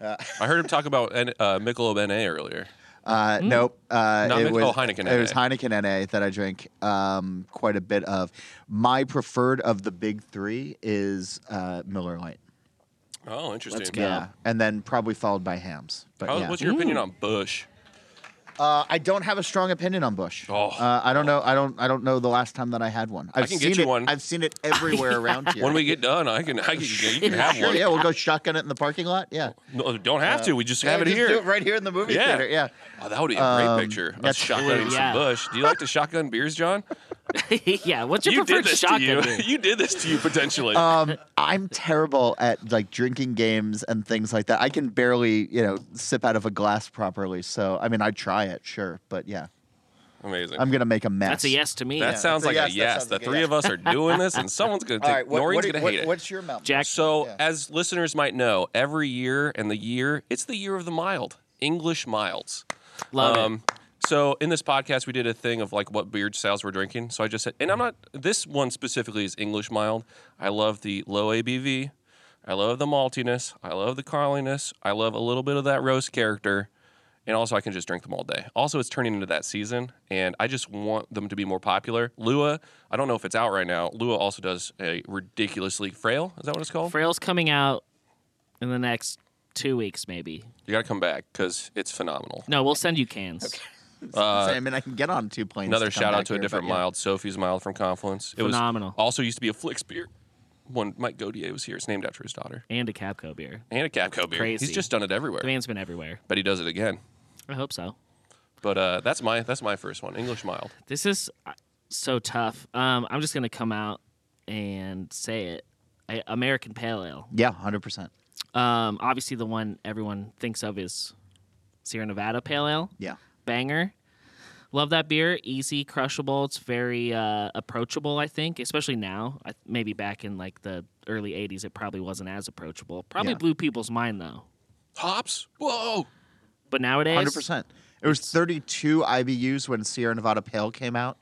Speaker 2: I heard him talk about N- uh, Michelob NA earlier.
Speaker 3: Uh, Nope. Uh,
Speaker 2: Hmm. Not
Speaker 3: it
Speaker 2: Mick-
Speaker 3: was,
Speaker 2: oh, Heineken
Speaker 3: It was
Speaker 2: NA.
Speaker 3: Heineken NA that I drink um, quite a bit of. My preferred of the big three is uh, Miller Lite.
Speaker 2: Oh, interesting.
Speaker 1: Let's go. Yeah.
Speaker 3: And then probably followed by Hams. But
Speaker 2: How,
Speaker 3: yeah.
Speaker 2: Oh,
Speaker 3: Mm.
Speaker 2: What's your opinion on Bush?
Speaker 3: uh, I don't have a strong opinion on Bush.
Speaker 2: Oh.
Speaker 3: Uh, I don't know. I don't. I don't know the last time that I had one. I've
Speaker 2: can
Speaker 3: seen
Speaker 2: get you
Speaker 3: it,
Speaker 2: one.
Speaker 3: I've seen it everywhere around
Speaker 2: (laughs)
Speaker 3: here.
Speaker 2: When we get done, I can. I can you can have
Speaker 3: (laughs) Sure,
Speaker 2: one.
Speaker 3: yeah, we'll go shotgun it in the parking lot. Yeah,
Speaker 2: No, don't have to. We just have
Speaker 3: Yeah,
Speaker 2: it
Speaker 3: just
Speaker 2: here.
Speaker 3: Do it right here in the movie
Speaker 2: Yeah.
Speaker 3: theater. Yeah.
Speaker 2: Oh, that would be a great
Speaker 3: Um,
Speaker 2: picture. Us
Speaker 3: that's-
Speaker 2: shotgunning
Speaker 1: Yeah.
Speaker 2: some Bush. Do you like to shotgun beers, John?
Speaker 1: yeah. What's your
Speaker 2: you
Speaker 1: preferred
Speaker 2: did this to
Speaker 1: shotgun?
Speaker 2: you. (laughs)
Speaker 1: beer?
Speaker 2: you did this to you potentially.
Speaker 3: um, I'm terrible at like drinking games and things like that. I can barely, you know, sip out of a glass properly. So I mean, I try it, sure, but yeah,
Speaker 2: Amazing.
Speaker 3: I'm gonna make a mess.
Speaker 1: That's a yes to me.
Speaker 2: that
Speaker 3: yeah,
Speaker 2: sounds
Speaker 3: that's
Speaker 2: like a
Speaker 3: a yes, that
Speaker 2: yes.
Speaker 3: sounds
Speaker 2: the
Speaker 3: like a
Speaker 2: three
Speaker 3: yes.
Speaker 2: of us are doing this, and someone's going to
Speaker 3: (laughs) All
Speaker 2: take.
Speaker 3: right, what,
Speaker 2: Noreen's
Speaker 3: what do-
Speaker 2: going to
Speaker 3: what-
Speaker 2: hate it.
Speaker 3: What's your mouth?
Speaker 1: Jack,
Speaker 2: So,
Speaker 3: Yeah.
Speaker 2: as listeners might know, every year and the year, it's the year of the mild, English milds.
Speaker 1: love
Speaker 2: um,
Speaker 1: it.
Speaker 2: So, in this podcast, we did a thing of like what beer styles we're drinking. So, I just said, and I'm not, this one specifically is English mild. I love the low ABV. I love the maltiness. I love the carliness. I love a little bit of that roast character. And also, I can just drink them all day. Also, it's turning into that season, and I just want them to be more popular. Lua, I don't know if it's out right now. Lua also does a ridiculously frail. Is that what it's called?
Speaker 1: Frail's coming out in the next two weeks, maybe.
Speaker 2: You got to come back because it's phenomenal.
Speaker 1: No, we'll send you cans.
Speaker 3: I mean, I can get on two planes.
Speaker 2: Uh, Another
Speaker 3: to come
Speaker 2: shout
Speaker 3: back
Speaker 2: out to a
Speaker 3: here,
Speaker 2: different
Speaker 3: but, yeah.
Speaker 2: mild, Sophie's mild from Confluence. It
Speaker 1: Phenomenal.
Speaker 2: Was also used to be a Flicks beer when Mike Godier was here. It's named after his daughter
Speaker 1: And a Capco beer.
Speaker 2: and a Capco beer.
Speaker 1: Crazy.
Speaker 2: He's just done it everywhere,
Speaker 1: The man's been everywhere.
Speaker 2: but he does it again.
Speaker 1: I hope so.
Speaker 2: But uh, that's my that's my first one, English mild.
Speaker 1: This is uh, so tough. Um, I'm just gonna come out and say it. I, American Pale Ale.
Speaker 3: Yeah, hundred percent.
Speaker 1: Um, obviously, the one everyone thinks of is Sierra Nevada Pale Ale.
Speaker 3: Yeah,
Speaker 1: banger. Love that beer. Easy, crushable. It's very uh, approachable, I think, especially now. I, maybe back in like the early 80s, it probably wasn't as approachable. Probably
Speaker 3: Yeah.
Speaker 1: blew people's mind though.
Speaker 2: Hops, whoa!
Speaker 1: But nowadays,
Speaker 3: hundred percent. It There was 32 IBUs when Sierra Nevada Pale came out.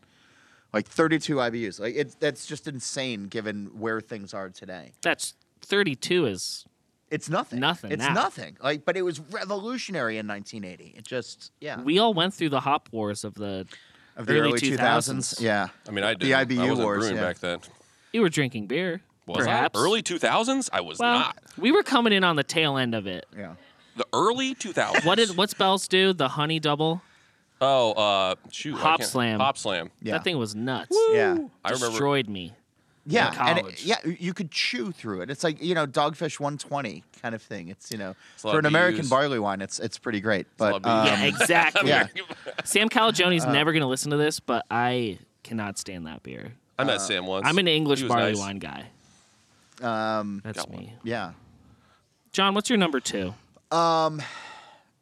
Speaker 3: Like 32 IBUs. Like it, that's just insane given where things are today.
Speaker 1: That's 32 is
Speaker 3: It's nothing.
Speaker 1: Nothing
Speaker 3: It's
Speaker 1: now.
Speaker 3: nothing. Like, but it was revolutionary in 1980. It just yeah.
Speaker 1: we all went through the hop wars of the
Speaker 3: of the
Speaker 1: early
Speaker 3: early 2000s.
Speaker 1: 2000s.
Speaker 3: Yeah.
Speaker 2: I mean, I did.
Speaker 3: IBU
Speaker 2: I wasn't
Speaker 3: wars,
Speaker 2: brewing
Speaker 3: yeah.
Speaker 2: back then.
Speaker 1: you were drinking beer
Speaker 2: Was
Speaker 1: perhaps
Speaker 2: I? Early 2000s? I was
Speaker 1: well
Speaker 2: not.
Speaker 1: we were coming in on the tail end of it
Speaker 3: Yeah.
Speaker 2: The early 2000s.
Speaker 1: what did what's bells do the honey double
Speaker 2: Oh, uh, shoot. I
Speaker 1: Hop
Speaker 2: can't-
Speaker 1: Slam.
Speaker 2: Hop Slam.
Speaker 3: Yeah.
Speaker 1: that thing was nuts
Speaker 3: Yeah.
Speaker 2: I remember.
Speaker 1: destroyed me
Speaker 3: Yeah, and it-
Speaker 2: college.
Speaker 3: yeah, you could chew through it. It's like you know, Dogfish 120 kind of thing. It's you know,
Speaker 2: a lot
Speaker 3: for an
Speaker 2: of
Speaker 3: American
Speaker 2: BUs.
Speaker 3: barley wine, it's it's pretty great.
Speaker 2: a
Speaker 3: But
Speaker 2: lot of
Speaker 3: um,
Speaker 2: BUs.
Speaker 1: yeah (laughs) exactly Uh,
Speaker 3: yeah.
Speaker 1: sam calagioni's never gonna listen to this but i cannot stand that beer
Speaker 2: I met Sam once.
Speaker 1: uh, i'm an english
Speaker 2: He was
Speaker 1: barley
Speaker 2: nice.
Speaker 1: wine guy um that's me
Speaker 3: yeah,
Speaker 1: john what's your number two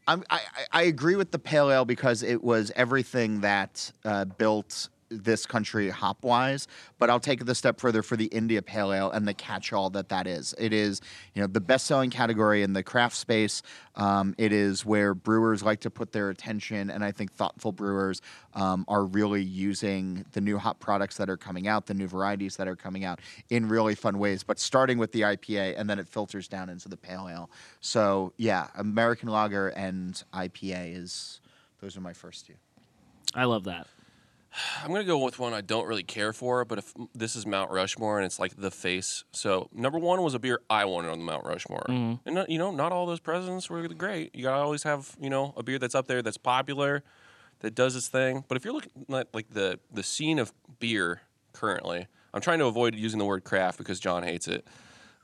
Speaker 3: I'm, I I- I agree with the pale ale because it was everything that uh, built this country hop wise. But I'll take it a step further for the India pale ale and the catch all that that is. It is you know the best selling category in the craft space. Um, it is where brewers like to put their attention, and I think thoughtful brewers um, are really using the new hop products that are coming out, the new varieties that are coming out in really fun ways. But starting with the IPA, and then it filters down into the pale ale. So yeah, American lager and IPA is those are my first two.
Speaker 1: i love that
Speaker 2: I'm gonna go with one I don't really care for, but if this is Mount Rushmore and it's like the face. So number one was a beer I wanted on the Mount Rushmore, and not, you know, not all those presidents were great. You gotta always have you know a beer that's up there that's popular, that does its thing. But if you're looking at like the the scene of beer currently, I'm trying to avoid using the word craft because John hates it.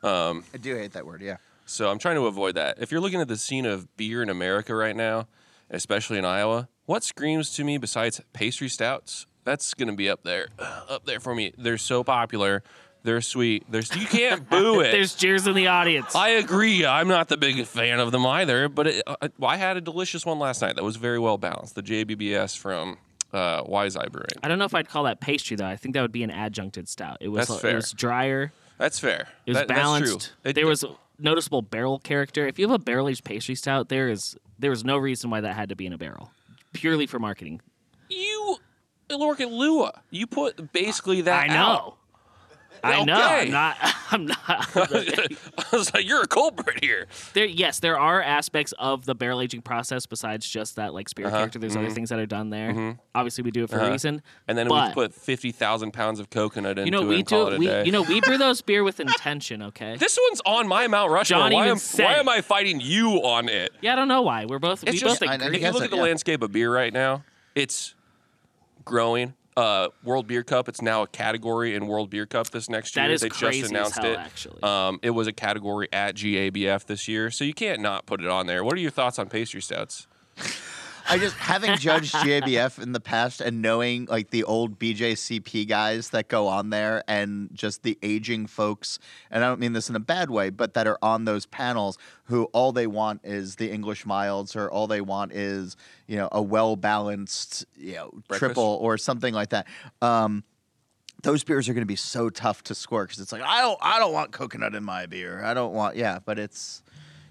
Speaker 3: I do hate that word. Yeah.
Speaker 2: So I'm trying to avoid that. If you're looking at the scene of beer in America right now, especially in Iowa, what screams to me besides pastry stouts? That's going to be up there, (sighs) up there for me. They're so popular. They're sweet. There's
Speaker 1: (laughs)
Speaker 2: you can't boo it.
Speaker 1: there's cheers in the audience
Speaker 2: I agree. I'm not the biggest fan of them either, but it, I, I had a delicious one last night that was very well balanced. The JBBS from uh, Wise Eye Brewing.
Speaker 1: I don't know if I'd call that pastry though. I think that would be an adjuncted stout. It was
Speaker 2: That's
Speaker 1: it
Speaker 2: fair.
Speaker 1: was drier.
Speaker 2: That's fair.
Speaker 1: It was
Speaker 2: That-
Speaker 1: balanced.
Speaker 2: That's true. It-
Speaker 1: there was noticeable barrel character. If you have a barrel aged pastry stout, there is there is no reason why that had to be in a barrel. Purely for marketing.
Speaker 2: you, Lorcan Lua. You put basically that.
Speaker 1: I
Speaker 2: out.
Speaker 1: know.
Speaker 2: (laughs)
Speaker 1: I know.
Speaker 2: Okay.
Speaker 1: I'm not (laughs) I'm not (laughs)
Speaker 2: (laughs) I was like, "You're a culprit here."
Speaker 1: there yes, there are aspects of the barrel aging process besides just that like spirit
Speaker 2: Uh-huh.
Speaker 1: character. There's
Speaker 2: Mm-hmm.
Speaker 1: other things that are done there. Obviously we do it for a reason.
Speaker 2: And then
Speaker 1: but
Speaker 2: we put fifty thousand pounds of coconut into
Speaker 1: you know
Speaker 2: it
Speaker 1: we
Speaker 2: and call
Speaker 1: do
Speaker 2: it a
Speaker 1: we
Speaker 2: day.
Speaker 1: you know we brew those beer
Speaker 2: (laughs)
Speaker 1: with intention, okay?
Speaker 2: this one's on my Mount Rushmore.
Speaker 1: John
Speaker 2: why,
Speaker 1: even
Speaker 2: am,
Speaker 1: said
Speaker 2: why
Speaker 1: it.
Speaker 2: am I fighting you on it?
Speaker 1: yeah, I don't know why. We're both we
Speaker 2: It's just
Speaker 1: both
Speaker 3: I- I
Speaker 1: agree.
Speaker 2: if you
Speaker 3: guess
Speaker 2: look
Speaker 3: it,
Speaker 2: at the
Speaker 3: yeah.
Speaker 2: landscape of beer right now, it's growing. Uh, World Beer Cup. It's now a category in World Beer Cup this next year.
Speaker 1: That is
Speaker 2: they
Speaker 1: crazy
Speaker 2: just
Speaker 1: as
Speaker 2: announced
Speaker 1: hell,
Speaker 2: it.
Speaker 1: actually.
Speaker 2: um, it was a category at GABF this year, so you can't not put it on there. What are your thoughts on pastry stouts?
Speaker 3: I just having judged GABF in the past and knowing like the old BJCP guys that go on there and just the aging folks, and I don't mean this in a bad way, but that are on those panels who all they want is the English milds or all they want is you know a well balanced you know triple or something like that. Um, those beers are going to be so tough to score because it's like I don't I don't want coconut in my beer. I don't want yeah, but it's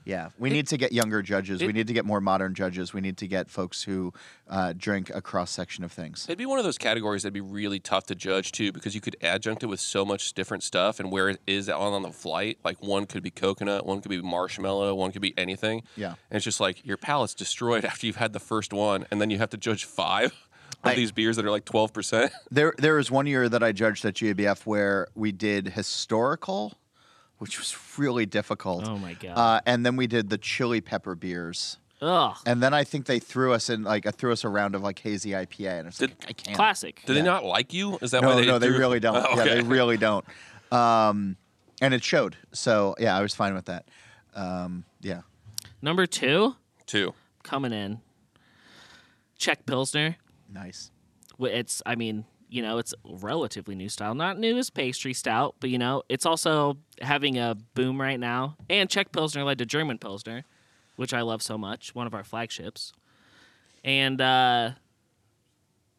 Speaker 3: yeah. We need to get younger judges. we need to get more modern judges. We need to get folks who uh, drink a cross section of things.
Speaker 2: It'd be one of those categories that'd be really tough to judge too, because you could adjunct it with so much different stuff and where it is on on the flight. Like one could be coconut, one could be marshmallow, one could be anything.
Speaker 3: Yeah.
Speaker 2: and it's just like your palate's destroyed (laughs) after you've had the first one, and then you have to judge five of
Speaker 3: I-
Speaker 2: these beers that are like twelve percent. (laughs)
Speaker 3: There there was one year that I judged at GABF where we did historical, which was really difficult.
Speaker 1: Oh my God.
Speaker 3: Uh, and then we did the chili pepper beers.
Speaker 2: uh,
Speaker 1: Ugh.
Speaker 3: And then I think they threw us in like uh, threw us a round of like hazy IPA, and it's like I can't.
Speaker 1: Classic.
Speaker 2: Do they not like you? Is that
Speaker 3: No,
Speaker 2: why they?
Speaker 3: Oh, no, they
Speaker 2: threw- (laughs)
Speaker 3: really don't.
Speaker 2: Oh,
Speaker 3: Yeah,
Speaker 2: okay.
Speaker 3: they really don't. Um, and it showed. So yeah, I was fine with that. Um, yeah.
Speaker 1: Number two
Speaker 2: Two.
Speaker 1: coming in. Czech Pilsner.
Speaker 3: Nice.
Speaker 1: Wh- It's I mean you know it's relatively new style, not new as pastry stout, but you know it's also having a boom right now. And Czech Pilsner led to German Pilsner, which I love so much. One of our flagships. And uh,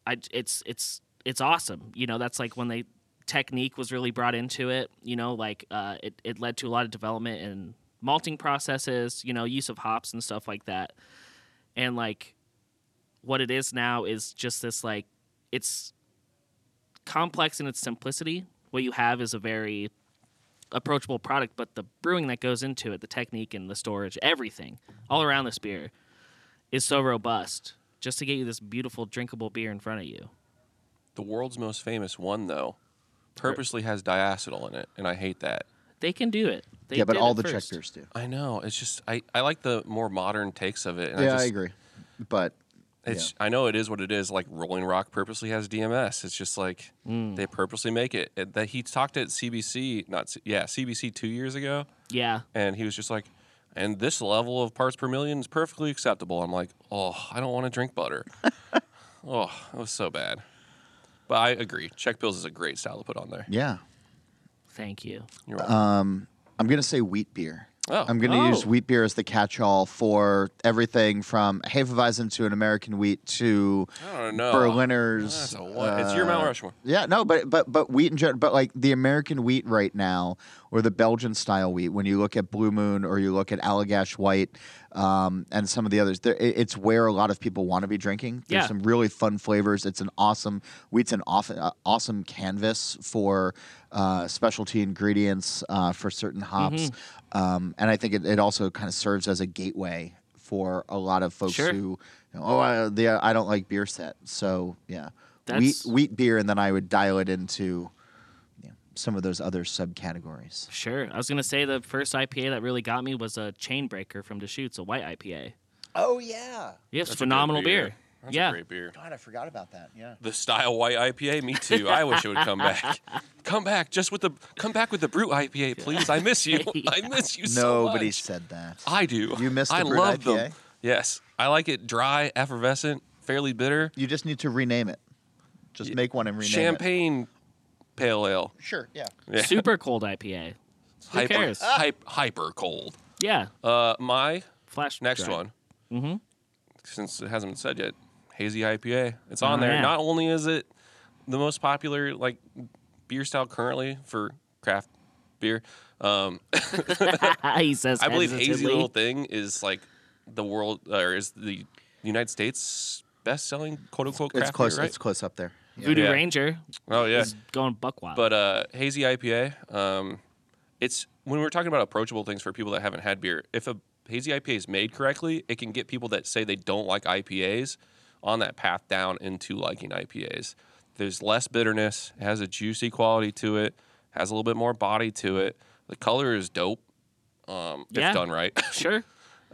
Speaker 1: I it's it's it's awesome. You know, that's like when they technique was really brought into it. You know, like uh, it it led to a lot of development in malting processes. You know, use of hops and stuff like that. And like, what it is now is just this like it's complex in its simplicity. What you have is a very approachable product, but the brewing that goes into it, the technique and the storage, everything all around this beer is so robust just to get you this beautiful drinkable beer in front of you.
Speaker 2: The world's most famous one, though, purposely has diacetyl in it, and I hate that.
Speaker 1: They can do it. They
Speaker 3: yeah, but
Speaker 1: did
Speaker 3: all
Speaker 1: it
Speaker 3: the
Speaker 1: first.
Speaker 3: check beers do.
Speaker 2: I know. It's just I, I like the more modern takes of it. And I,
Speaker 3: yeah,
Speaker 2: just,
Speaker 3: I agree. But
Speaker 2: It's I know it is what it is. Like Rolling Rock purposely has DMS. It's just like they purposely make it. It- That he talked at CBC, not C- yeah CBC two years ago,
Speaker 1: Yeah.
Speaker 2: and he was just like, and this level of parts per million is perfectly acceptable. I'm like, oh, I don't want to drink butter. oh, it was so bad. But I agree. Check Bills is a great style to put on there.
Speaker 3: yeah,
Speaker 1: Thank you.
Speaker 2: You're welcome.
Speaker 3: I'm gonna say wheat beer.
Speaker 2: Oh.
Speaker 3: I'm gonna use
Speaker 1: Oh.
Speaker 3: wheat beer as the catch-all for everything from Hefeweizen to an American wheat to
Speaker 2: I don't
Speaker 1: Oh.
Speaker 2: know.
Speaker 3: Berliners.
Speaker 2: That's a what? it's your Mount
Speaker 3: uh,
Speaker 2: Rushmore.
Speaker 3: Yeah, no, but but but wheat in general, but like the American wheat right now, or the Belgian style wheat. When you look at Blue Moon, or you look at Allagash White, um, and some of the others, there, it- it's where a lot of people want to be drinking. There's
Speaker 1: Yeah.
Speaker 3: some really fun flavors. It's an awesome wheat's an off, uh, awesome canvas for uh, specialty ingredients uh, for certain hops,
Speaker 1: Mm-hmm.
Speaker 3: um, and I think it, it also kind of serves as a gateway for a lot of folks
Speaker 1: Sure.
Speaker 3: who, you know, oh, I, the I don't like beer set, so yeah wheat
Speaker 1: That's-
Speaker 3: wheat beer, and then I would dial it into you know, some of those other subcategories.
Speaker 1: Sure. I was gonna say the first IPA that really got me was a chain breaker from Deschutes, a white IPA.
Speaker 3: Oh yeah,
Speaker 1: Yes,
Speaker 2: That's a great
Speaker 1: phenomenal beer.
Speaker 2: That's
Speaker 1: yeah.
Speaker 2: a great beer.
Speaker 3: God, I forgot about that. Yeah,
Speaker 2: the style white IPA. Me too. I wish it would
Speaker 1: (laughs)
Speaker 2: come back. Come back just with the come back with the brute IPA, please. I
Speaker 1: (laughs)
Speaker 2: miss you. I miss you so much.
Speaker 3: nobody said that.
Speaker 2: I do.
Speaker 3: You miss the
Speaker 2: I
Speaker 3: brute
Speaker 2: love them.
Speaker 3: IPA?
Speaker 2: Yes, I like it dry, effervescent, fairly bitter,
Speaker 3: You just need to rename it. Just make one and rename it.
Speaker 2: champagne pale ale.
Speaker 3: Sure. Yeah.
Speaker 2: Yeah.
Speaker 1: Super cold IPA. Who
Speaker 2: hyper,
Speaker 1: cares?
Speaker 2: hype- Ah. hyper cold.
Speaker 1: Yeah.
Speaker 2: Uh, my
Speaker 1: Flash.
Speaker 2: next
Speaker 1: drive.
Speaker 2: one. Mm-hmm. Since it hasn't been said yet, hazy IPA. It's on
Speaker 1: Oh,
Speaker 2: there.
Speaker 1: yeah.
Speaker 2: Not only is it the most popular like beer style currently for craft beer, um,
Speaker 1: (laughs) he says.
Speaker 2: I believe hazy
Speaker 1: hesitantly.
Speaker 2: little thing is like the world or is the United States best selling quote unquote craft
Speaker 3: It's close.
Speaker 2: beer, right?
Speaker 3: It's close up there. Yeah.
Speaker 1: Voodoo
Speaker 2: Yeah.
Speaker 1: Ranger
Speaker 2: oh yeah.
Speaker 1: is going buck wild.
Speaker 2: But uh, hazy IPA, um, it's when we're talking about approachable things for people that haven't had beer. If a hazy IPA is made correctly, it can get people that say they don't like IPAs on that path down into liking IPAs. There's less bitterness. It has a juicy quality to it. Has a little bit more body to it. The color is dope. Um,
Speaker 1: Yeah.
Speaker 2: If done right. (laughs)
Speaker 1: sure.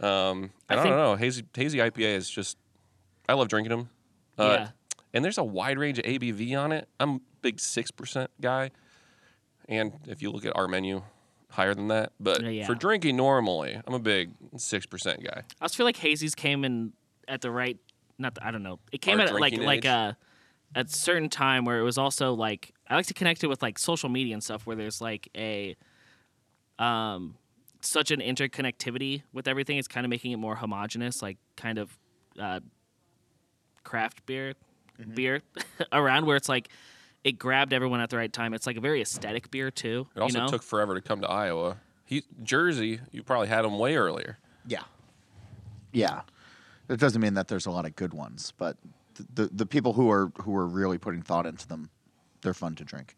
Speaker 2: Um,
Speaker 1: I
Speaker 2: and I,
Speaker 1: think-
Speaker 2: don't know. Hazy hazy IPA is just. I love drinking them. Uh,
Speaker 1: Yeah.
Speaker 2: And there's a wide range of ABV on it. I'm a big six percent guy, and if you look at our menu, higher than that. But
Speaker 1: Yeah, yeah.
Speaker 2: for drinking normally, I'm a big six percent guy.
Speaker 1: I just feel like hazies came in at the right. Not the, I don't know. It came
Speaker 2: Our
Speaker 1: at like
Speaker 2: drinking
Speaker 1: like
Speaker 2: age?
Speaker 1: a at certain time where it was also like I like to connect it with like social media and stuff where there's like a um such an interconnectivity with everything. It's kind of making it more homogenous, like kind of uh, craft beer beer (laughs) around where it's like it grabbed everyone at the right time. It's like a very aesthetic beer too.
Speaker 2: It also
Speaker 1: you know?
Speaker 2: took forever to come to Iowa. He Jersey, you probably had them way earlier.
Speaker 3: Yeah. Yeah. It doesn't mean that there's a lot of good ones, but th- the the people who are who are really putting thought into them, they're fun to drink.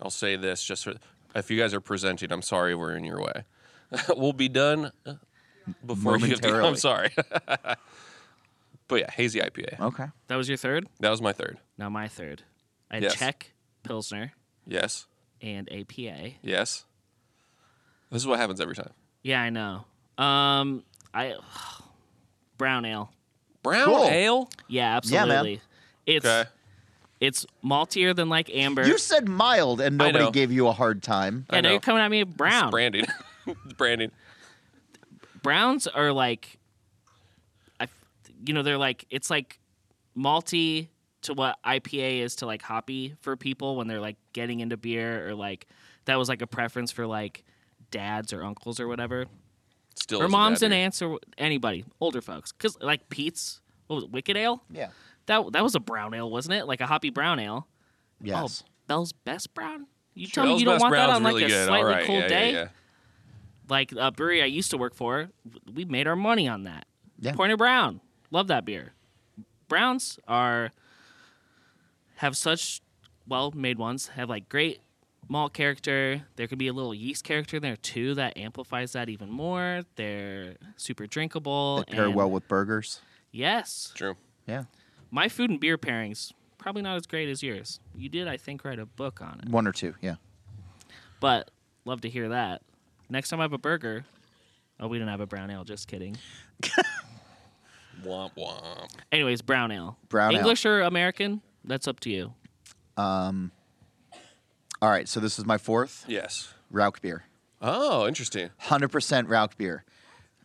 Speaker 2: I'll say this just for, if you guys are presenting, I'm sorry we're in your way. (laughs) we'll be done uh, before you have to,
Speaker 3: Momentarily.
Speaker 2: I'm sorry. (laughs) but yeah, hazy IPA.
Speaker 3: Okay.
Speaker 1: that was your third.
Speaker 2: That was my third.
Speaker 1: Now my third. I had
Speaker 2: Yes.
Speaker 1: Czech Pilsner
Speaker 2: Yes.
Speaker 1: and APA.
Speaker 2: Yes. This is what happens every time.
Speaker 1: Yeah, I know. Um, I (sighs) brown ale.
Speaker 2: Brown
Speaker 3: Cool.
Speaker 2: ale.
Speaker 1: Yeah,
Speaker 3: Yeah, man.
Speaker 1: absolutely. It's
Speaker 2: Okay.
Speaker 1: it's maltier than like amber.
Speaker 3: You said mild, and
Speaker 2: I
Speaker 3: nobody
Speaker 2: know.
Speaker 3: gave you a hard time.
Speaker 1: yeah,
Speaker 2: I
Speaker 1: now
Speaker 2: know.
Speaker 1: you're coming at me with brown.
Speaker 2: It's branding. (laughs) It's branding.
Speaker 1: Browns are like, I, f- you know, they're like it's like malty to what IPA is to like hoppy for people when they're like getting into beer or like that was like a preference for like dads or uncles or whatever.
Speaker 2: Still.
Speaker 1: or
Speaker 2: is a bad
Speaker 1: moms and
Speaker 2: beer.
Speaker 1: aunts or anybody older folks because like pete's what was it, wicked ale
Speaker 3: Yeah.
Speaker 1: that that was a brown ale wasn't it like a hoppy brown ale
Speaker 3: Yes.
Speaker 1: oh bell's best brown you tell me
Speaker 2: Bell's
Speaker 1: you don't
Speaker 2: Best
Speaker 1: want
Speaker 2: Brown's
Speaker 1: that on like
Speaker 2: really
Speaker 1: a
Speaker 2: good. All
Speaker 1: slightly
Speaker 2: right.
Speaker 1: cold
Speaker 2: Yeah, yeah,
Speaker 1: day
Speaker 2: yeah.
Speaker 1: like a brewery i used to work for we made our money on that
Speaker 3: Yeah.
Speaker 1: pointer brown love that beer Browns are have such well made ones, have like great malt character. There could be a little yeast character in there too that amplifies that even more. They're super drinkable.
Speaker 2: Oh,
Speaker 3: They pair
Speaker 1: and-
Speaker 3: well with burgers.
Speaker 1: Yes.
Speaker 2: True.
Speaker 3: Yeah.
Speaker 1: My food and beer pairings, probably not as great as yours. You did, I think, write a book on it.
Speaker 3: One or two. Yeah.
Speaker 1: But love to hear that. Next time I have a burger. Oh, we didn't have a brown ale. Just kidding.
Speaker 2: Womp womp.
Speaker 1: Anyways, brown ale.
Speaker 3: Brown ale.
Speaker 1: English or American? That's up to you.
Speaker 3: All right. So this is my fourth
Speaker 2: Yes.
Speaker 3: Rauk beer.
Speaker 2: Oh, interesting.
Speaker 3: 100% Rauk beer.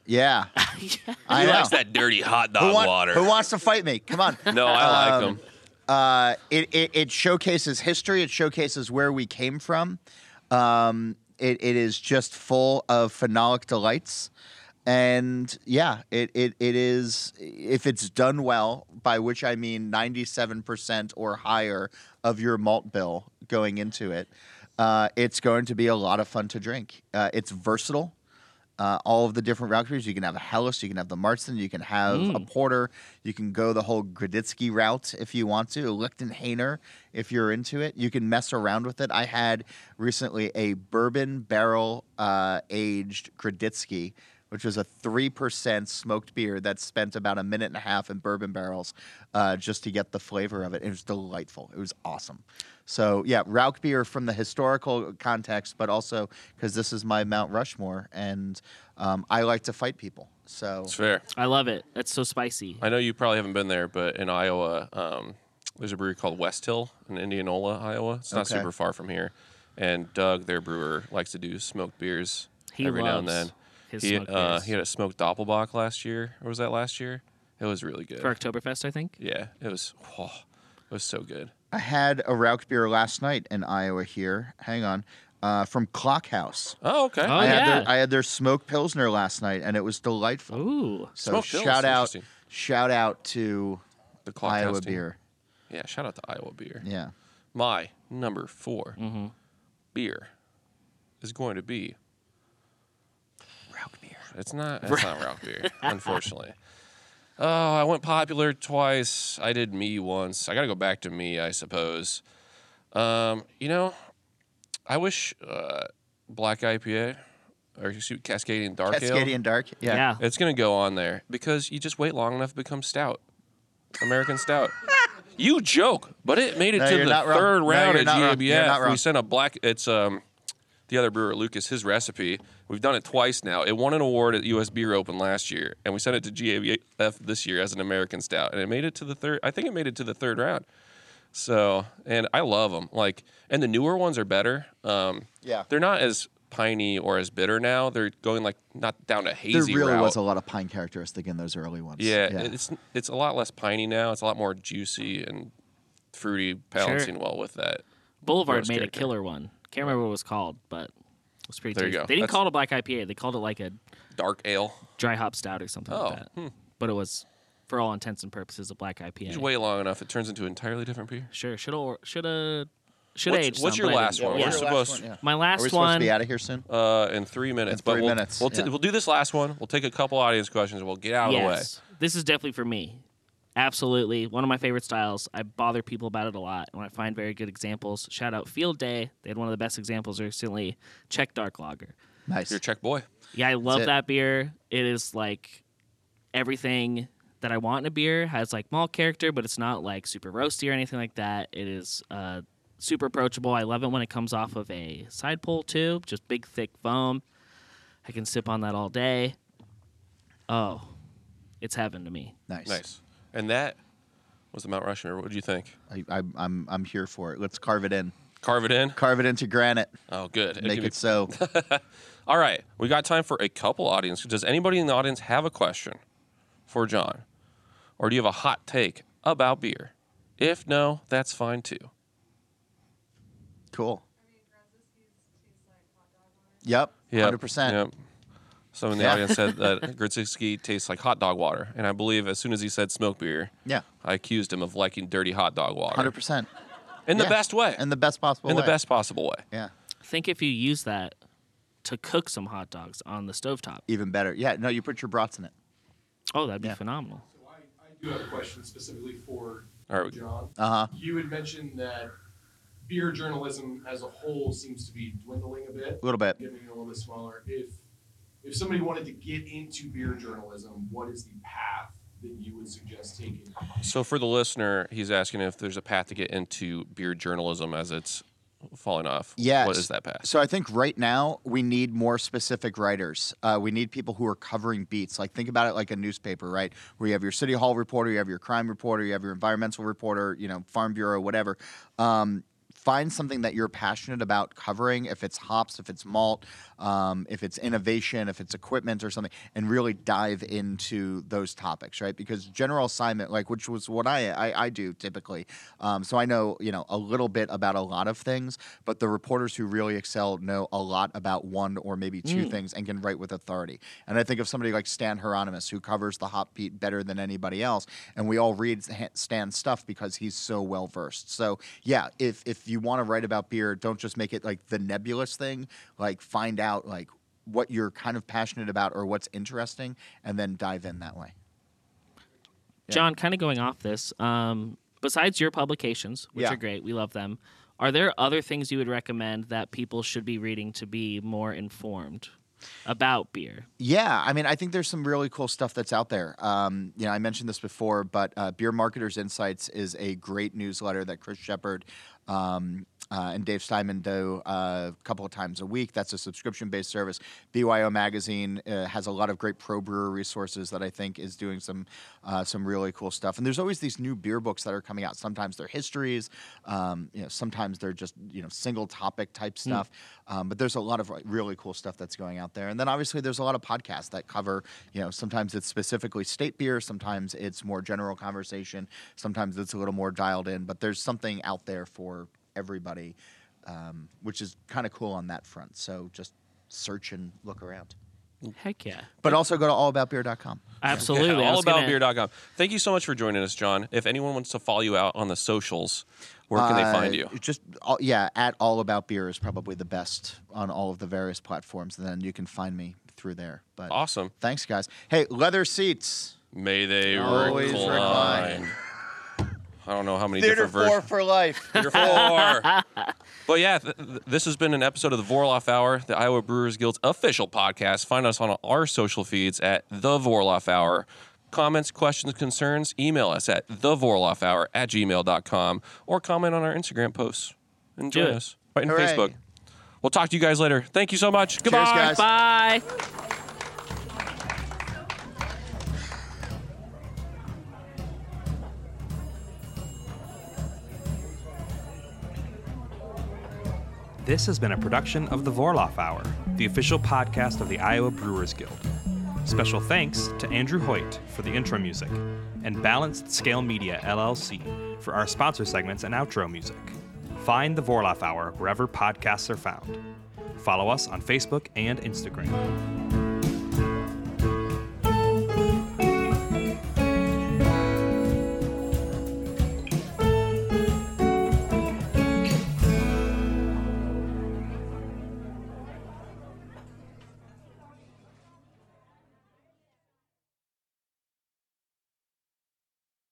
Speaker 3: Yeah. I
Speaker 2: he
Speaker 3: know.
Speaker 2: likes that dirty hot
Speaker 3: who,
Speaker 2: dog
Speaker 3: want- Um,
Speaker 2: water.
Speaker 3: who wants to fight me? Come
Speaker 2: (laughs)
Speaker 3: on.
Speaker 2: no, I like them.
Speaker 3: uh, it, it, it showcases history. It showcases where we came from. Um, it, it is just full of phenolic delights. And yeah, it, it, it is, if it's done well, by which I mean 97% or higher of your malt bill going into it, uh, it's going to be a lot of fun to drink. Uh, it's versatile. Uh, all of the different route beers. You can have a Helles, you can have the Martzen, you can have a Porter, you can go the whole Graditsky route if you want to, a Lichtenhainer if you're into it. You can mess around with it. I had recently a bourbon barrel uh, aged Graditsky, which was a 3% smoked beer that spent about a minute and a half in bourbon barrels uh, just to get the flavor of it. It was delightful. It was awesome. So yeah, Rauk beer from the historical context, but also because this is my Mount Rushmore, and um, I like to fight people. So
Speaker 2: It's fair.
Speaker 1: I love it. That's so spicy.
Speaker 2: I know you probably haven't been there, but in Iowa, um, there's a brewery called West Hill in Indianola, Iowa. It's not
Speaker 3: Okay.
Speaker 2: super far from here. And Doug, their brewer, likes to do smoked beers
Speaker 1: He
Speaker 2: every now and
Speaker 1: loves
Speaker 2: then.
Speaker 1: his
Speaker 2: he,
Speaker 1: smoked
Speaker 2: uh,
Speaker 1: beers.
Speaker 2: he had a smoked doppelbock last year, or was that last year? It was really good.
Speaker 1: For Oktoberfest, I think.
Speaker 2: Yeah, it was. whoa, it was so good.
Speaker 3: I had a Rauk beer last night in Iowa. Here, hang on, uh, from Clockhouse.
Speaker 2: Oh, okay.
Speaker 1: Oh,
Speaker 3: I had
Speaker 1: yeah.
Speaker 3: their I had their smoked pilsner last night, and it was delightful.
Speaker 1: Ooh.
Speaker 3: So
Speaker 2: Smoked pils,
Speaker 3: shout out,
Speaker 2: interesting.
Speaker 3: shout out to
Speaker 2: The clock
Speaker 3: Iowa
Speaker 2: testing.
Speaker 3: beer.
Speaker 2: Yeah, shout out to Iowa beer.
Speaker 3: Yeah,
Speaker 2: My number 4
Speaker 3: Mm-hmm.
Speaker 2: beer is going to be
Speaker 3: Rauk beer.
Speaker 2: It's not. It's not rock
Speaker 3: (laughs)
Speaker 2: beer, unfortunately. Oh, I went popular twice. I did me once. I got to go back to me, I suppose. Um, you know, I wish uh, Black IPA or excuse, Cascadian Dark
Speaker 3: Cascadian Dark. Yeah.
Speaker 1: Yeah.
Speaker 2: Ale. It's gonna go on there because you just wait long enough to become stout, American
Speaker 3: (laughs)
Speaker 2: stout. You joke, but it made it
Speaker 3: No,
Speaker 2: to
Speaker 3: you're
Speaker 2: the
Speaker 3: not wrong.
Speaker 2: third
Speaker 3: No,
Speaker 2: round
Speaker 3: you're
Speaker 2: at
Speaker 3: not wrong. You're not
Speaker 2: GABF. We
Speaker 3: wrong.
Speaker 2: sent a black. It's um, the other brewer, Lucas, his recipe. We've done it twice now. It won an award at US Beer Open last year, and we sent it to GABF this year as an American Stout, and it made it to the third. I think it made it to the third round. So, and I love them. Like, and the newer ones are better. Um,
Speaker 3: Yeah.
Speaker 2: they're not as piney or as bitter now. They're going like not down a hazy.
Speaker 3: There really
Speaker 2: route.
Speaker 3: was a lot of pine characteristic in those early ones.
Speaker 2: Yeah, it's it's a lot less piney now. It's a lot more juicy and fruity, balancing well with that.
Speaker 1: Boulevard
Speaker 2: Gross
Speaker 1: made a
Speaker 2: character.
Speaker 1: killer one. Can't remember what it was called, but it was pretty
Speaker 2: There you
Speaker 1: tasty.
Speaker 2: go.
Speaker 1: They didn't
Speaker 2: That's-
Speaker 1: call it a black IPA. They called it like a
Speaker 2: Dark ale.
Speaker 1: dry hop stout or something
Speaker 2: Oh,
Speaker 1: like that. But it was, for all intents and purposes, a black IPA.
Speaker 2: You wait long enough, it turns into an entirely different beer.
Speaker 1: Sure. Should have. Should have. Should
Speaker 2: What's-
Speaker 1: age.
Speaker 2: what's your last one?
Speaker 1: Yeah.
Speaker 2: What's your- supposed-
Speaker 1: My
Speaker 3: Are we
Speaker 1: last
Speaker 3: supposed to be
Speaker 1: one.
Speaker 3: out of here soon?
Speaker 2: Uh, in three minutes. but
Speaker 3: three
Speaker 2: we'll,
Speaker 3: minutes,
Speaker 2: We'll, t-
Speaker 3: yeah.
Speaker 2: we'll do this last one. We'll take a couple audience questions. We'll get out of the way.
Speaker 1: Yes. This is definitely for me. Absolutely. One of my favorite styles. I bother people about it a lot when I find very good examples. Shout out Field Day. They had one of the best examples recently. Czech Dark Lager.
Speaker 3: Nice.
Speaker 2: Your check boy.
Speaker 1: Yeah, I
Speaker 3: it.
Speaker 1: love that beer. It is like everything that I want in a beer has like malt character, but it's not like super roasty or anything like that. It is uh, super approachable. I love it when it comes off of a side pole too, just big thick foam. I can sip on that all day. Oh, it's heaven to me.
Speaker 3: Nice.
Speaker 2: Nice. And that was the Mount Rushmore. What did you think?
Speaker 3: I, I, I'm I'm here for it. Let's carve it in.
Speaker 2: Carve it in.
Speaker 3: Carve it into granite.
Speaker 2: Oh, good. It
Speaker 3: Make
Speaker 2: can
Speaker 3: it,
Speaker 2: be- (laughs)
Speaker 3: so.
Speaker 2: All right, we got time for a couple audience. Does anybody in the audience have a question for John, or do you have a hot take about beer? If no, that's fine too.
Speaker 3: cool. Yep.
Speaker 2: Yep,
Speaker 3: Hundred percent.
Speaker 2: Yep. Someone in the
Speaker 3: Yeah.
Speaker 2: audience
Speaker 3: (laughs)
Speaker 2: said that Grzyski tastes like hot dog water, and I believe as soon as he said smoke beer,
Speaker 3: Yeah.
Speaker 2: I accused him of liking dirty hot dog water
Speaker 3: Hundred percent.
Speaker 2: in the best way,
Speaker 3: In the best possible.
Speaker 2: in the
Speaker 3: way.
Speaker 2: best possible way.
Speaker 3: Yeah.
Speaker 1: I think if you use that to cook some hot dogs on the stovetop,
Speaker 3: Even better. Yeah. No, you put your brats in it.
Speaker 1: oh, that'd be
Speaker 3: Yeah.
Speaker 1: phenomenal.
Speaker 4: So I, I do have a question specifically for
Speaker 2: All right.
Speaker 4: John.
Speaker 3: Uh huh.
Speaker 4: You had mentioned that beer journalism as a whole seems to be dwindling a bit,
Speaker 3: A little bit.
Speaker 4: getting a little bit smaller. If if somebody wanted to get into beer journalism, what is the path that you would suggest taking?
Speaker 2: So for the listener, he's asking if there's a path to get into beer journalism as it's falling off.
Speaker 3: Yes.
Speaker 2: What is that path?
Speaker 3: So I think right now we need more specific writers. Uh, we need people who are covering beats. Like think about it like a newspaper, right? Where you have your city hall reporter, you have your crime reporter, you have your environmental reporter, you know, farm bureau, whatever. Um, find something that you're passionate about covering. If it's hops, if it's malt, um, if it's innovation, if it's equipment or something, and really dive into those topics, right? Because general assignment, like which was what I I, I do typically, um, so I know you know a little bit about a lot of things, but the reporters who really excel know a lot about one or maybe two things and can write with authority. And I think of somebody like Stan Hieronymus who covers the hop beat better than anybody else, and we all read Ha- Stan's stuff because he's so well versed. So yeah, if if you want to write about beer, don't just make it like the nebulous thing. Like find out like what you're kind of passionate about or what's interesting, and then dive in that way.
Speaker 1: John, kind of going off this, um, besides your publications, which
Speaker 3: Yeah.
Speaker 1: are great, we love them, are there other things you would recommend that people should be reading to be more informed about beer?
Speaker 3: Yeah, I mean, I think there's some really cool stuff that's out there. Um, you know, I mentioned this before, but uh, Beer Marketers Insights is a great newsletter that Chris Shepard um, uh, and Dave Steinman do uh, a couple of times a week. That's a subscription-based service. BYO Magazine uh, has a lot of great pro brewer resources that I think is doing some uh, some really cool stuff. And there's always these new beer books that are coming out. Sometimes they're histories, um, you know, sometimes they're just you know single topic type stuff. Um, but there's a lot of like, really cool stuff that's going out there. And then obviously there's a lot of podcasts that cover, you know, sometimes it's specifically state beer, sometimes it's more general conversation, sometimes it's a little more dialed in. But there's something out there for everybody, um, which is kind of cool on that front. So just search and look around.
Speaker 1: Heck yeah.
Speaker 3: But also go to allaboutbeer.com.
Speaker 1: Absolutely. I
Speaker 2: all
Speaker 1: was
Speaker 2: about
Speaker 1: gonna-
Speaker 2: beer.com. Thank you so much for joining us, John. If anyone wants to follow you out on the socials, where can they find
Speaker 3: Uh,
Speaker 2: you?
Speaker 3: Just all, yeah, at All About Beer is probably the best on all of the various platforms, and then you can find me through there. But
Speaker 2: Awesome.
Speaker 3: thanks, guys. Hey, leather seats.
Speaker 2: May they
Speaker 3: Always
Speaker 2: recline.
Speaker 3: recline.
Speaker 2: I don't know how many
Speaker 3: Theater
Speaker 2: different versions.
Speaker 3: four
Speaker 2: (laughs)
Speaker 3: for life.
Speaker 2: You're four. but yeah, th- th- this has been an episode of the Vorloff Hour, the Iowa Brewers Guild's official podcast. Find us on our social feeds at the Vorloff Hour. Comments, questions, concerns, email us at the Vorloff Hour at gmail.com or comment on our Instagram posts. And
Speaker 1: Do
Speaker 2: join
Speaker 1: it.
Speaker 2: us. Right in
Speaker 3: Hooray.
Speaker 2: Facebook. We'll talk to you guys later. Thank you so much. Goodbye.
Speaker 3: guys.
Speaker 1: Bye.
Speaker 5: This has been a production of the Vorloff Hour, the official podcast of the Iowa Brewers Guild. Special thanks to Andrew Hoyt for the intro music and Balanced Scale Media LLC for our sponsor segments and outro music. Find the Vorloff Hour wherever podcasts are found. Follow us on Facebook and Instagram.